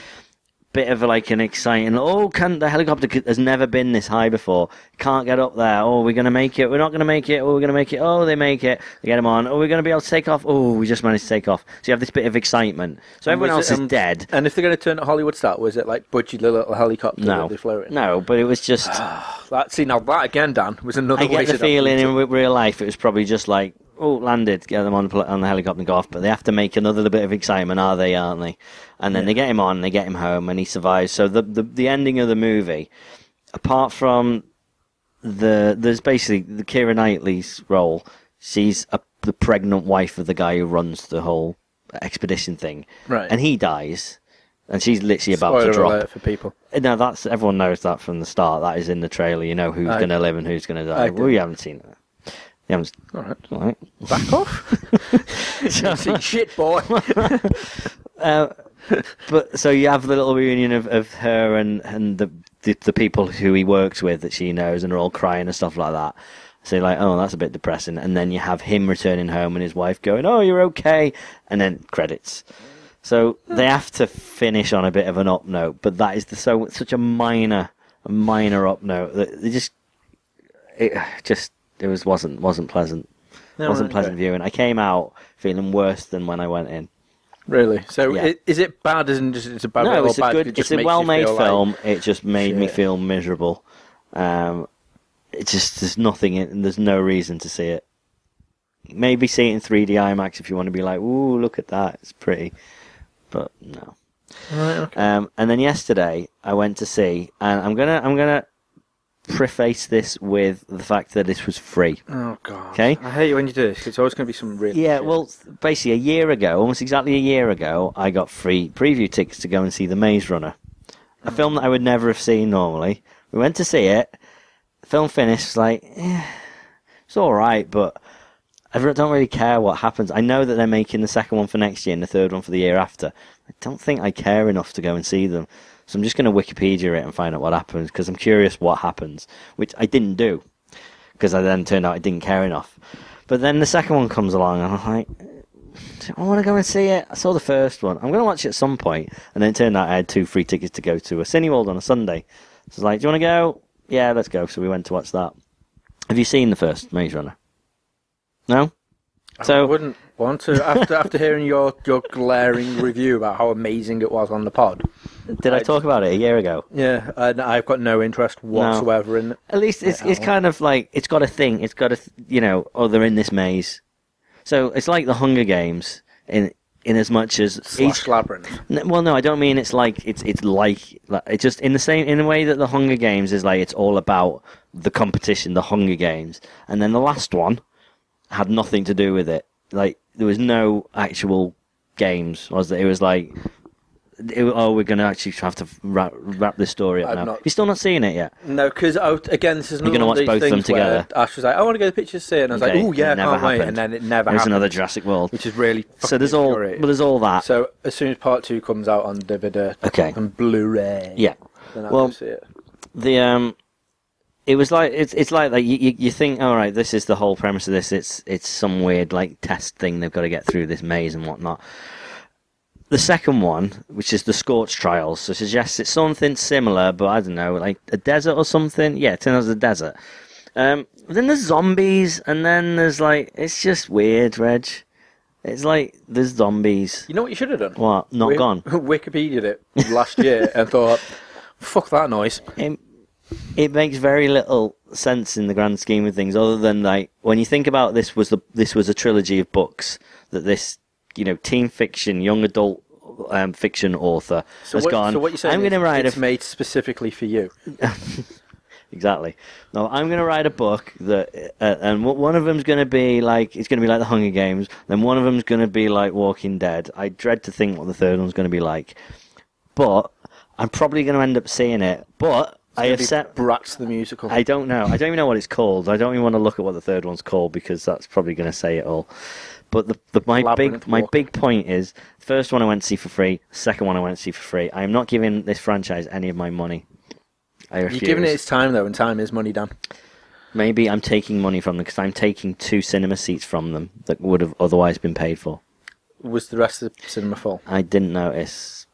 bit of like an exciting. Oh, can the helicopter c- has never been this high before? Can't get up there. Oh, we're gonna make it. We're not gonna make it. Oh, we're gonna make it. Oh, they make it. They get them on. Oh, we're gonna be able to take off. Oh, we just managed to take off. So you have this bit of excitement. So everyone
Was
else
it,
is
um,
dead.
And if they're going to turn it Hollywood style, was it like budgie little helicopter
No,
that they flew in?
no, but it was just.
That, see, now that again, Dan, was another
I
way
get the
to that.
feeling in re- real life it was probably just like, oh, landed, get them on the, pl- on the helicopter and go off. But they have to make another little bit of excitement, are they? Aren't they? And then they get him on, they get him home, and he survives. So the the, the ending of the movie, apart from the there's basically the Kira Knightley's role. She's a, the pregnant wife of the guy who runs the whole expedition thing,
Right.
And he dies, and she's literally about
Spoiler
to drop.
alert for people.
No, that's everyone knows that from the start. That is in the trailer. You know who's
I-
going to live and who's going to
I
die.
did.
Well, you haven't seen it. You haven't.
All right.
All right.
Back off. See, shit, boy.
Uh, but so you have the little reunion of, of her and and the, the the people who he works with that she knows and are all crying and stuff like that. So you're like, oh, that's a bit depressing. And then you have him returning home and his wife going, oh, you're okay. And then credits. So they have to finish on a bit of an up note, but that is the, so such a minor, a minor up note that they just, it just it was wasn't wasn't pleasant. wasn't
right,
pleasant
okay.
viewing. I came out feeling worse than when I went in.
Really? So
Yeah.
i- is it bad? Isn't just it's a bad?
no,
or
it's a
bad,
good,
it just
it's a
makes you
well-made
feel like-
film. it just made me
Shit.
feel miserable. Um, it just there's nothing in. There's no reason to see it. Maybe see it in 3D IMAX if you want to be like, ooh, look at that, it's pretty. But no.
Right, okay.
Um, and then yesterday I went to see, and I'm gonna I'm gonna preface this with the fact that this was free.
Oh god.
Okay.
I hate you when you do this. 'cause It's always going to be some really.
Yeah,
shit.
well, basically a year ago, almost exactly a year ago, I got free preview tickets to go and see The Maze Runner, a film that I would never have seen normally. We went to see it. The film finished. It's like, eh, it's all right, but I re- don't really care what happens. I know that they're making the second one for next year and the third one for the year after. I don't think I care enough to go and see them, so I'm just going to Wikipedia it and find out what happens because I'm curious what happens, which I didn't do because I then turned out I didn't care enough. But then the second one comes along, and I'm like, "Do I want to go and see it. I saw the first one. I'm going to watch it at some point. And then it turned out I had two free tickets to go to a Cineworld on a Sunday. So I was like, do you want to go? Yeah, let's go. So we went to watch that. Have you seen the first Maze Runner? No?
I
So,
wouldn't want to after after hearing your your glaring review about how amazing it was on the pod.
did I talk about it a year ago?
Yeah, and I've got no interest whatsoever in it.
At least it's it's kind of like it's got a thing. It's got a th- you know, oh, they're in this maze. So it's like the Hunger Games in in as much as
Slash labyrinth.
N- Well, no, I don't mean it's like it's it's like, like it's just in the same in the way that the Hunger Games is like it's all about the competition, the Hunger Games, and then the last one had nothing to do with it. Like there was no actual games, was there? It was like, it, oh, we're gonna actually have to wrap, wrap this story up
I've
now.
not-
You're still not seeing it yet.
No, because again, this is another
gonna
one of these
watch both of them
things where
together.
Ash was like, "I want to go to the pictures see," and I was
Okay,
like, "Oh yeah,
it never
can't wait,"
happened.
and then it never
There's
happened,
another Jurassic World.
which is really
So there's
fucking
all,
infuriating.
well, there's all that.
So as soon as part two comes out on DVD
Okay.
and Blu-ray,
yeah.
then I'll
Well,
go see it.
the um it was like it's it's like like you, you you think all right this is the whole premise of this it's it's some weird like test thing they've got to get through this maze and whatnot the second one which is the scorch trials so suggests it's something similar but i don't know like a desert or something yeah it turns out it's a desert um then there's zombies and then there's like it's just weird reg it's like there's zombies
You know what you should have done?
what not
Wi-
gone
Wikipedia'd it last year and thought, "Fuck that noise."
it, it makes very little sense in the grand scheme of things other than like when you think about this was the this was a trilogy of books that this you know teen fiction young adult um, fiction author
So
has
what,
gone
so what you're saying
i'm going to
is
write a
it's made specifically for you.
Exactly. No, I'm going to write a book that, uh, and w- one of them's going to be like it's going to be like the Hunger Games. Then one of them's going to be like Walking Dead. I dread to think what the third one's going to be like, but I'm probably going to end up seeing it. But I have
Maybe
set
Bratz the musical.
I don't know. I don't even know what it's called. I don't even want to look at what the third one's called because that's probably going to say it all. But the, the my
Labyrinth
big my
Walk.
big point is the first one I went to see for free, the second one I went to see for free. I am not giving this franchise any of my money. I
you're
refuse.
giving it its time though, and time is money, Dan.
Maybe I'm taking money from them because I'm taking two cinema seats from them that would have otherwise been paid for.
Was the rest of the cinema full?
I didn't notice.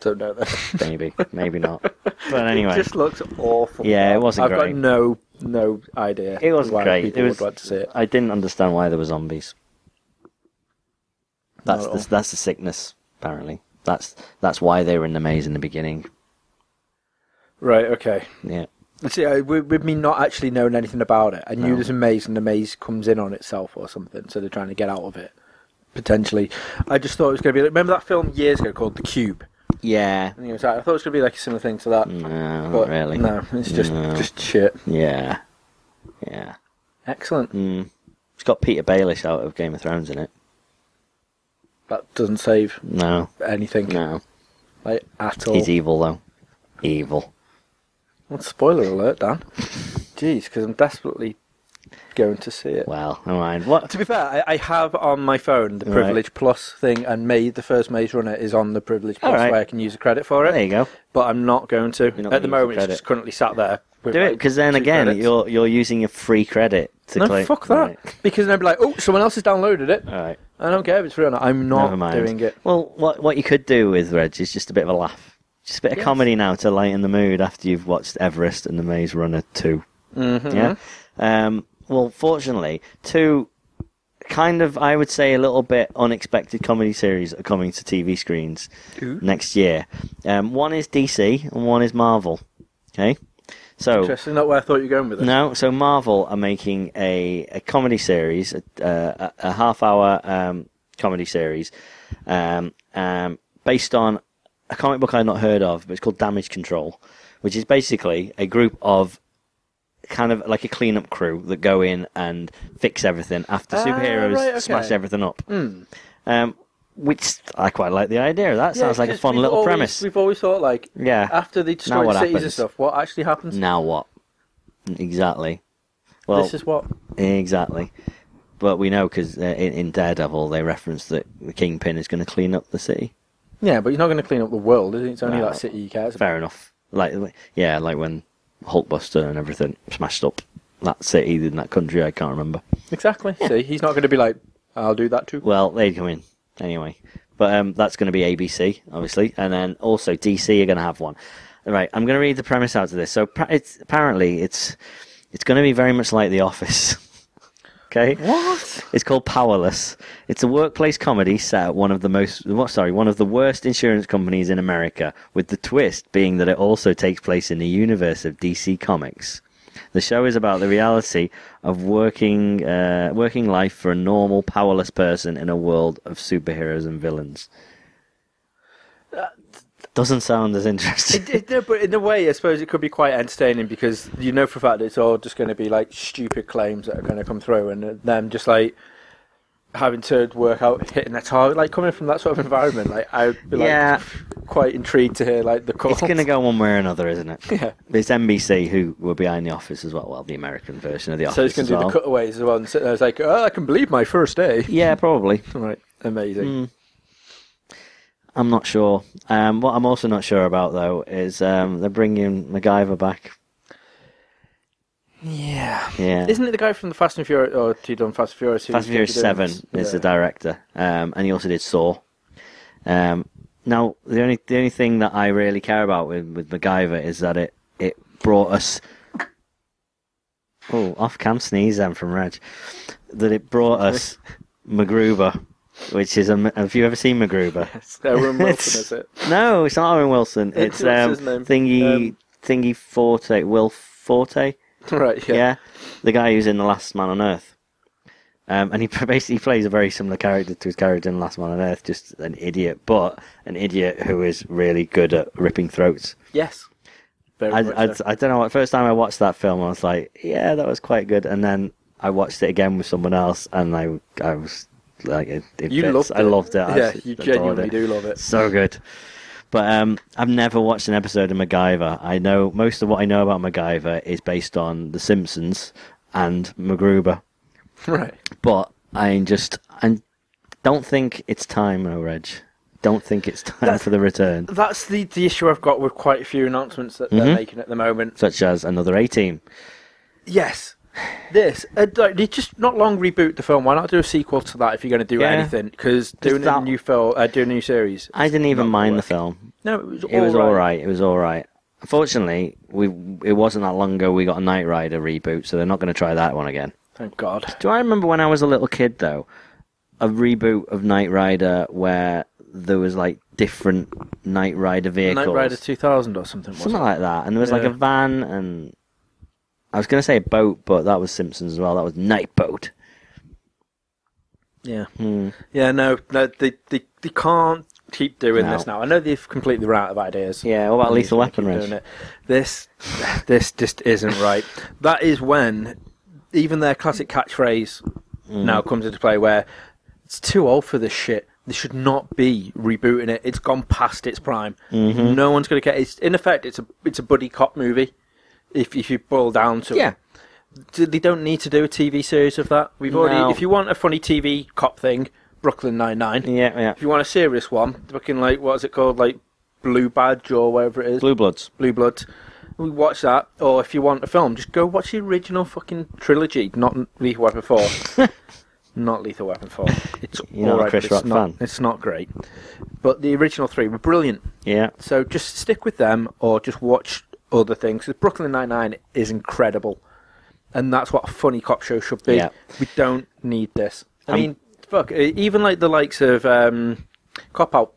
So no, then.
Maybe, maybe not. But anyway,
it just looks awful.
Yeah, it wasn't
I've
great.
got no no idea.
it wasn't
why
great.
People
It was.
would want to see it.
I didn't understand why there were zombies. That's
Not at
the,
all.
that's the sickness. Apparently, that's that's why they were in the maze in the beginning.
Right. Okay.
Yeah,
See, I, with, with me not actually knowing anything about it, I knew
No.
there's a maze and the maze comes in on itself or something, so they're trying to get out of it, potentially. I just thought it was going to be like, remember that film years ago called The Cube?
yeah.
And it was like, I thought it was going to be like a similar thing to that.
No,
but
Mm, not really.
No, it's just,
No.
just shit.
Yeah, yeah.
Excellent.
Mm. It's got Peter Baelish out of Game of Thrones in it.
That doesn't save
No,
anything
no.
like, at all.
He's evil though. Evil.
Well, spoiler alert, Dan. Jeez, because I'm desperately going to see it.
Well, never mind. What?
To be fair, I, I have on my phone the
Right.
Privilege Plus thing, and May the first Maze Runner is on the Privilege Plus,
Alright.
where I can use the credit for it.
There you go.
But I'm not going to.
not gonna
At the
use
moment,
the
it's just
credit.
currently sat there. with,
Do it
like,
because then
two
again,
credits.
you're you're using a free credit to
no
claim.
fuck that.
Right.
Because they'll be like, oh, someone else has downloaded it.
All right.
I don't care if it's free or not. I'm not
Never mind.
doing it.
Well, what what you could do with Reg is just a bit of a laugh, just a bit of
Yes.
comedy now to lighten the mood after you've watched Everest and The Maze Runner 2
Mm-hmm.
Yeah. Um. Well, fortunately, two kind of I would say a little bit unexpected comedy series are coming to TV screens
Ooh.
next year. Um. One is DC and one is Marvel. Okay. So.
Interesting. Not where I thought you were going with it.
No, so Marvel are making a, a comedy series, a, a, a half hour um, comedy series, um, um, based on a comic book I've not heard of, but it's called Damage Control, which is basically a group of kind of like a cleanup crew that go in and fix everything after
Ah,
superheroes
right, okay. Hmm.
smash everything up. Um, which I quite like the idea. That
Yeah,
sounds like a
'cause
fun
we've
little
always-
premise.
We've always thought, like,
Yeah.
after they destroy
what
cities and
happens?
stuff, what actually happens?
Now what? Exactly. Well,
this is what.
Exactly. But we know because uh, in, in Daredevil they reference that the Kingpin is going to clean up the city.
Yeah, but he's not going to clean up the world, is he? It's only
No.
that city he cares about.
Fair enough. Like yeah, like when Hulkbuster and everything smashed up that city in that country. I can't remember.
Exactly. See, he's not going to be like, I'll do that too.
Well, they'd come in anyway. But um, that's going to be ABC, obviously, and then also DC are going to have one. Right, I'm going to read the premise out to this. So pra- it's apparently it's it's going to be very much like The Office. okay.
What?
It's called Powerless. It's a workplace comedy set at one of the most, what, sorry, one of the worst insurance companies in America, with the twist being that it also takes place in the universe of DC Comics. The show is about the reality of working, uh, working life for a normal, powerless person in a world of superheroes and villains. Doesn't sound as interesting.
It, it, no, but in a way, I suppose it could be quite entertaining because you know for a fact it's all just going to be like stupid claims that are going to come through, and uh, them just like having to work out hitting their target. Like coming from that sort of environment, like I'd be like
Yeah.
quite intrigued to hear like the call.
It's going to go one way or another, isn't it?
Yeah.
It's NBC who were behind The Office as well. Well, the American version of The Office.
So it's going
as
to do
well.
the cutaways as well, and sit there, it's like, oh, I can believe my first day.
Yeah, probably.
Right, amazing.
Mm. I'm not sure. Um, what I'm also not sure about though is um, they're bringing MacGyver back.
Yeah.
Yeah,
Isn't it the guy from the Fast and Furious or who done Fast and Furious? who
Fast and Furious
did the
Seven
donuts?
is the
Yeah.
director, um, and he also did Saw. Um, now the only the only thing that I really care about with with MacGyver is that it it brought us. Oh, off cam sneeze then from Reg. That it brought us MacGruber, which is a. Have you ever seen MacGruber?
It's Owen Wilson,
It's-
is it?
No, it's not Owen Wilson. It's,
It's-
um,
Uh, what's his name?
Thingy
Um,
Thingy Forte, Will Forte.
Right,
Yeah.
yeah.
the guy who's in The Last Man on Earth. Um, and he basically plays a very similar character to his character in Last Man on Earth, just an idiot, but an idiot who is really good at ripping throats.
Yes. Very
I,
much
I,
so.
I don't know. First time I watched that film, I was like, "Yeah, that was quite good." And then I watched it again with someone else, and I, I was like, "It, it
You
fits.
loved
I
it.
loved it. I
Yeah,
absolutely
you
adored
genuinely
it.
do love it.
So good. But um, I've never watched an episode of MacGyver. I know most of what I know about MacGyver is based on The Simpsons and MacGruber,
Right.
but I just I don't think it's time, oh Reg. Don't think it's time
That's-
for the return.
That's the, the issue I've
Mm-hmm.
got with quite a few announcements that they're
Mhm.
making at the moment.
Such as another A team.
Yes. this. Uh, like, they just not long reboot the film. Why not do a sequel to that if you're going to do
Yeah.
anything? Because doing a
that-
new film, uh, doing a new series.
I didn't even mind the film.
No, it was
It was
all
all right. It was all right. Unfortunately, we it wasn't that long ago we got a Knight Rider reboot, so they're not going to try that one again.
Thank God.
Do I remember when I was a little kid though, a reboot of Knight Rider where there was like different Knight Rider vehicles,
Night Rider 2000 or something.
something
Wasn't it?
like that, and there was like
Yeah.
a van and I was going to say a boat, but that was Simpsons as well. That was Night Boat.
Yeah.
Hmm.
Yeah. No. No. They they, they can't keep doing
No.
this now. I know they've completely run out of ideas.
Yeah, what about
They
Lethal
just keep
Weapon?
doing
Reg?
it. This this just isn't right. That is when even their classic catchphrase
Hmm. Mm.
now comes into play where it's too old for this shit. They should not be rebooting it. It's gone past its prime.
Mm-hmm.
No one's going to care. It's in effect it's a it's a buddy cop movie. If if you boil down to
Yeah.
it, D- they don't need to do a TV series of that. We've already.
No.
If you want a funny TV cop thing, Brooklyn Nine Nine.
Yeah, yeah.
If you want a serious one, fucking like what is it called, like Blue Badge or whatever it is,
Blue Bloods.
Blue Blood. We watch that, or if you want a film, just go watch the original fucking trilogy, not Lethal Weapon Four, not Lethal Weapon Four. It's
You're not a
all right,
Chris
but
Rock
it's not,
fan.
It's not great, but the original three were brilliant.
Yeah.
So just stick with them, or just watch other things. 'cause Brooklyn Nine Nine is incredible, and that's what a funny cop show should be.
Yeah.
We don't need this. I
Um,
mean, fuck. e- Even like the likes of um, Cop Out,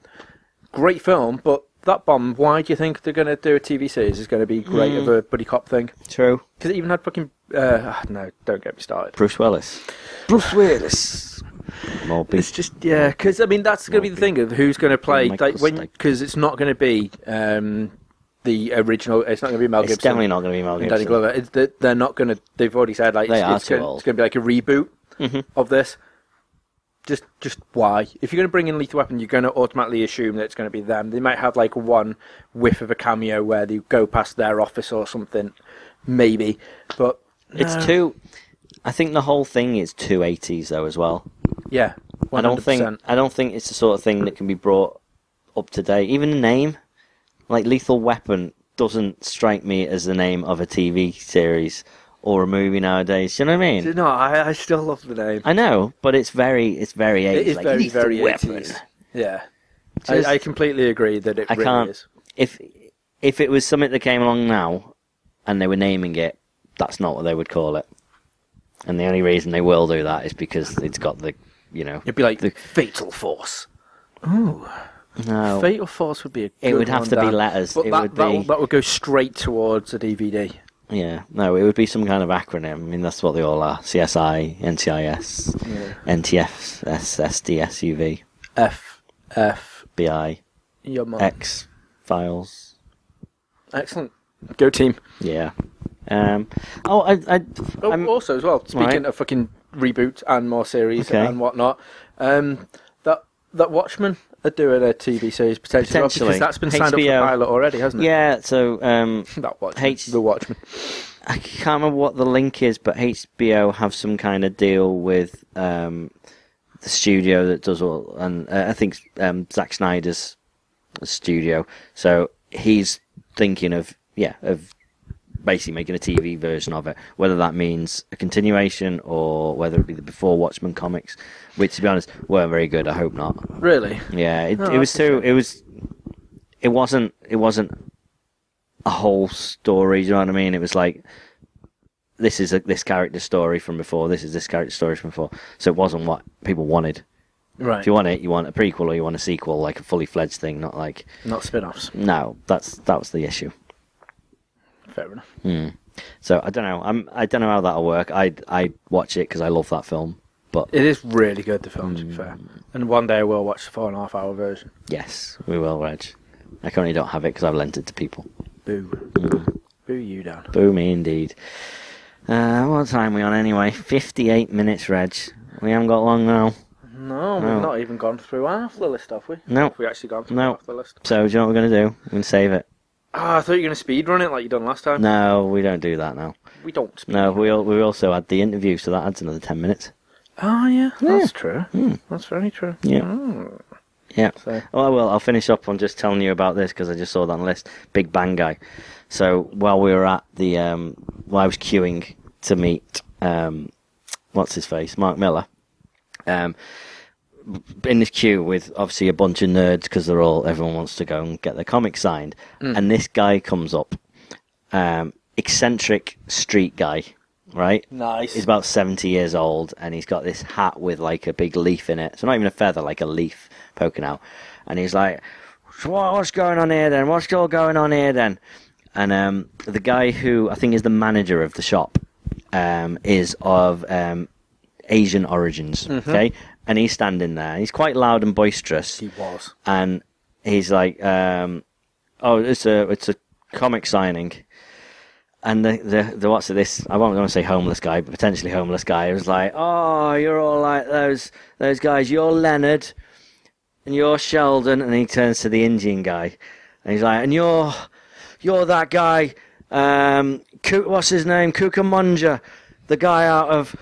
great film, but that bomb. Why do you think they're going to do a TV series? Is going to be great of a buddy cop thing?
True.
Because it even had fucking. Uh, ah, no, don't get me started.
Bruce Willis.
Bruce Willis.
More
It's just yeah, because I mean that's going to be the thing of who's going to play
Michael
like, when
Stipe.
because it's not going to be um, the original. It's not going to be Mel
It's
Gibson.
definitely not going to be Mel
and
Gibson.
Danny Glover. It's, they- they're not going to. They've already said like
They
it's,
are
it's
too
gonna,
old. Mm-hmm.
It's going to be like a reboot of this. Just just why? If you're going to bring in Lethal Weapon, you're going to automatically assume that it's going to be them. They might have like one whiff of a cameo where they go past their office or something, maybe. But no.
It's too. I think the whole thing is two eighties though as well.
yeah. 100%.
I don't think I don't think it's the sort of thing that can be brought up to date. Even the name, like Lethal Weapon, doesn't strike me as the name of a TV series or a movie nowadays. Do you know what I mean?
No, I, I still love the name.
I know, but it's very it's very eighties.
It is
like,
very,
Lethal
very
Weapon.
80s. Yeah.
Just-
I, I completely agree that it
I
really
can't-
is.
If if it was something that came along now, and they were naming it, that's not what they would call it. And the only reason they will do that is because it's got the you know
It'd be like
the-
Fatal Force.
no
Fatal Force would be a
Oh. It
good
would have
one,
to be
Dan.
letters.
But
It
that,
would
that,
be-
that would go straight towards a DVD.
Yeah, no, it would be some kind of acronym. I mean, that's what they all are: CSI, NCIS, NTF, SSDSUV,
F F
BI,
your mum.
X files.
Excellent. Go team.
Yeah. Um. Oh, I. I
Oh,
I'm-
also as well. Speaking
Right.
of fucking reboot and more series
Okay.
and whatnot, um, that that Watchmen are doing a TV series potentially, as well,
Potentially.
because that's been signed up
HBO.
for pilot already, hasn't it?
yeah. So um,
That Watchmen.
H-
the Watchmen.
I can't remember what the link is, but HBO have some kind of deal with um, the studio that does all, and uh, I think um, Zack Snyder's studio. So he's thinking of yeah of basically making a TV version of it. Whether that means a continuation or whether it be the before Watchmen comics, which to be honest weren't very good. I hope not.
Really?
Yeah, it,
Oh,
it was
that's a
too. It was. It wasn't. It wasn't a whole story. Do you know what I mean? It was like this is a, this character story from before. This is this character story from before. So it wasn't what people wanted.
Right.
If you want it, you want a prequel or you want a sequel, like a fully fledged thing, not like
Not spin-offs.
no. That's that was the issue. Hmm.
Fair enough.
So I don't know. I'm. I don't know how that'll work. I I watch it because I love that film. But
It is really good, the film, to
Mm.
be fair. And one day we'll watch the four and a half hour version.
yes, we will, Reg. I currently don't have it because I've lent it to people.
Boo.
Mm.
Boo you down.
Boomy indeed. Uh, what time we on anyway? 58 minutes, Reg. We haven't got long now.
No,
No.
we've not even gone through half the list, have we?
No.
Have we actually gone through
No.
half the list?
So, do you know what we're going to do? We're going to save it.
Ah, I thought you were going to speedrun it like you done last time.
No, we don't do that now.
We don't speed.
No, we al- we also had the interview, so that adds another 10 minutes.
Oh, yeah,
Yeah. Mm.
that's true. That's very true.
Yeah.
Mm.
Yeah.
So-
Oh, well, I'll finish up on just telling you about this because I just saw that on the list. Big Bang Guy. So, while we were at the, um, while I was queuing to meet um, what's his face, Mark Miller, um, in this queue with obviously a bunch of nerds because they're all everyone wants to go and get their comics signed, and this guy comes up, um, eccentric street guy, right?
Nice.
He's about 70 years old and he's got this hat with like a big leaf in it. So not even a feather, like a leaf poking out. And he's like, "So what, what's going on here then? What's all going on here then? And um, the guy who I think is the manager of the shop um, is of um, Asian origins. Okay. And he's standing there. He's quite loud and boisterous
Mm-hmm. he was.
and he's like, um, "Oh, it's a it's a comic signing." And the, the, the what's it, this? I won't want to say homeless guy, but potentially homeless guy was like, "Oh, you're all like those those guys. You're Leonard, and you're Sheldon." And he turns to the Indian guy, and he's like, "And you're you're that guy. Um, Ku- what's his name? Kukamunja, the guy out of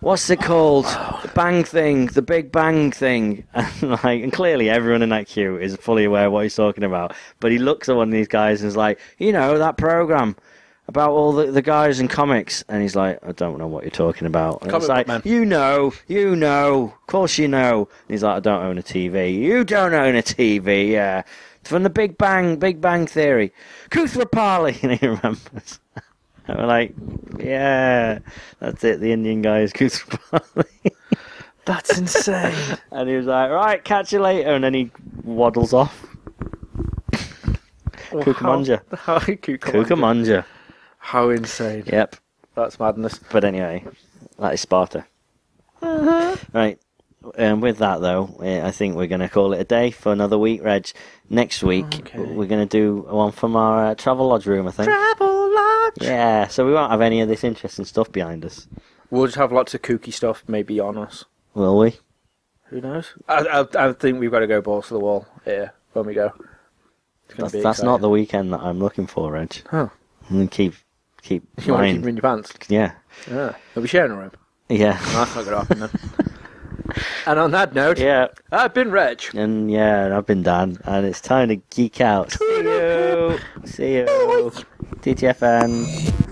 what's it called? The Bang thing, the Big Bang thing. And like, and clearly everyone in that queue is fully aware what he's talking about. But he looks at one of these guys and is like, you know, that program. About all the, the guys in comics, and he's like, I don't know what you're talking about. And
Comic
it's
book
like,
man.
you know, you know, of course you know. And he's like, I don't own a TV. You don't own a TV, yeah. It's from the Big Bang, Big Bang Theory. Kuthra Pali, and he remembers. And we're like, yeah, that's it. The Indian guy is Kuthra Pali.
That's insane.
and he was like, right, catch you later. And then he waddles off. Cucamonga.
How, how, Cucamonga.
Kukumanja.
How insane.
Yep.
That's madness.
But anyway, that is Sparta. Right. Um, with that though, eh, I think we're going to call it a day for another week, Reg. Next week
Okay.
we're going to do one from our uh, travel lodge room, I think. Travel lodge. Yeah. So we won't have any of this interesting stuff behind us,
We'll just have lots of kooky stuff maybe on us.
will we?
Who knows? I, I, I think we've got to go balls to the wall here when we go. It's gonna
That's,
be
that's not the
exciting.
weekend that I'm looking for, Reg.
Huh.
And then keep keep
You want to keep
mind.
them in your pants?
yeah.
Yeah. Are we sharing a room?
Yeah.
That's not going to happen then. and on that note,
yeah.
I've been Reg.
And yeah, and I've been Dan, and it's time to geek out. See you. See you. TTFN.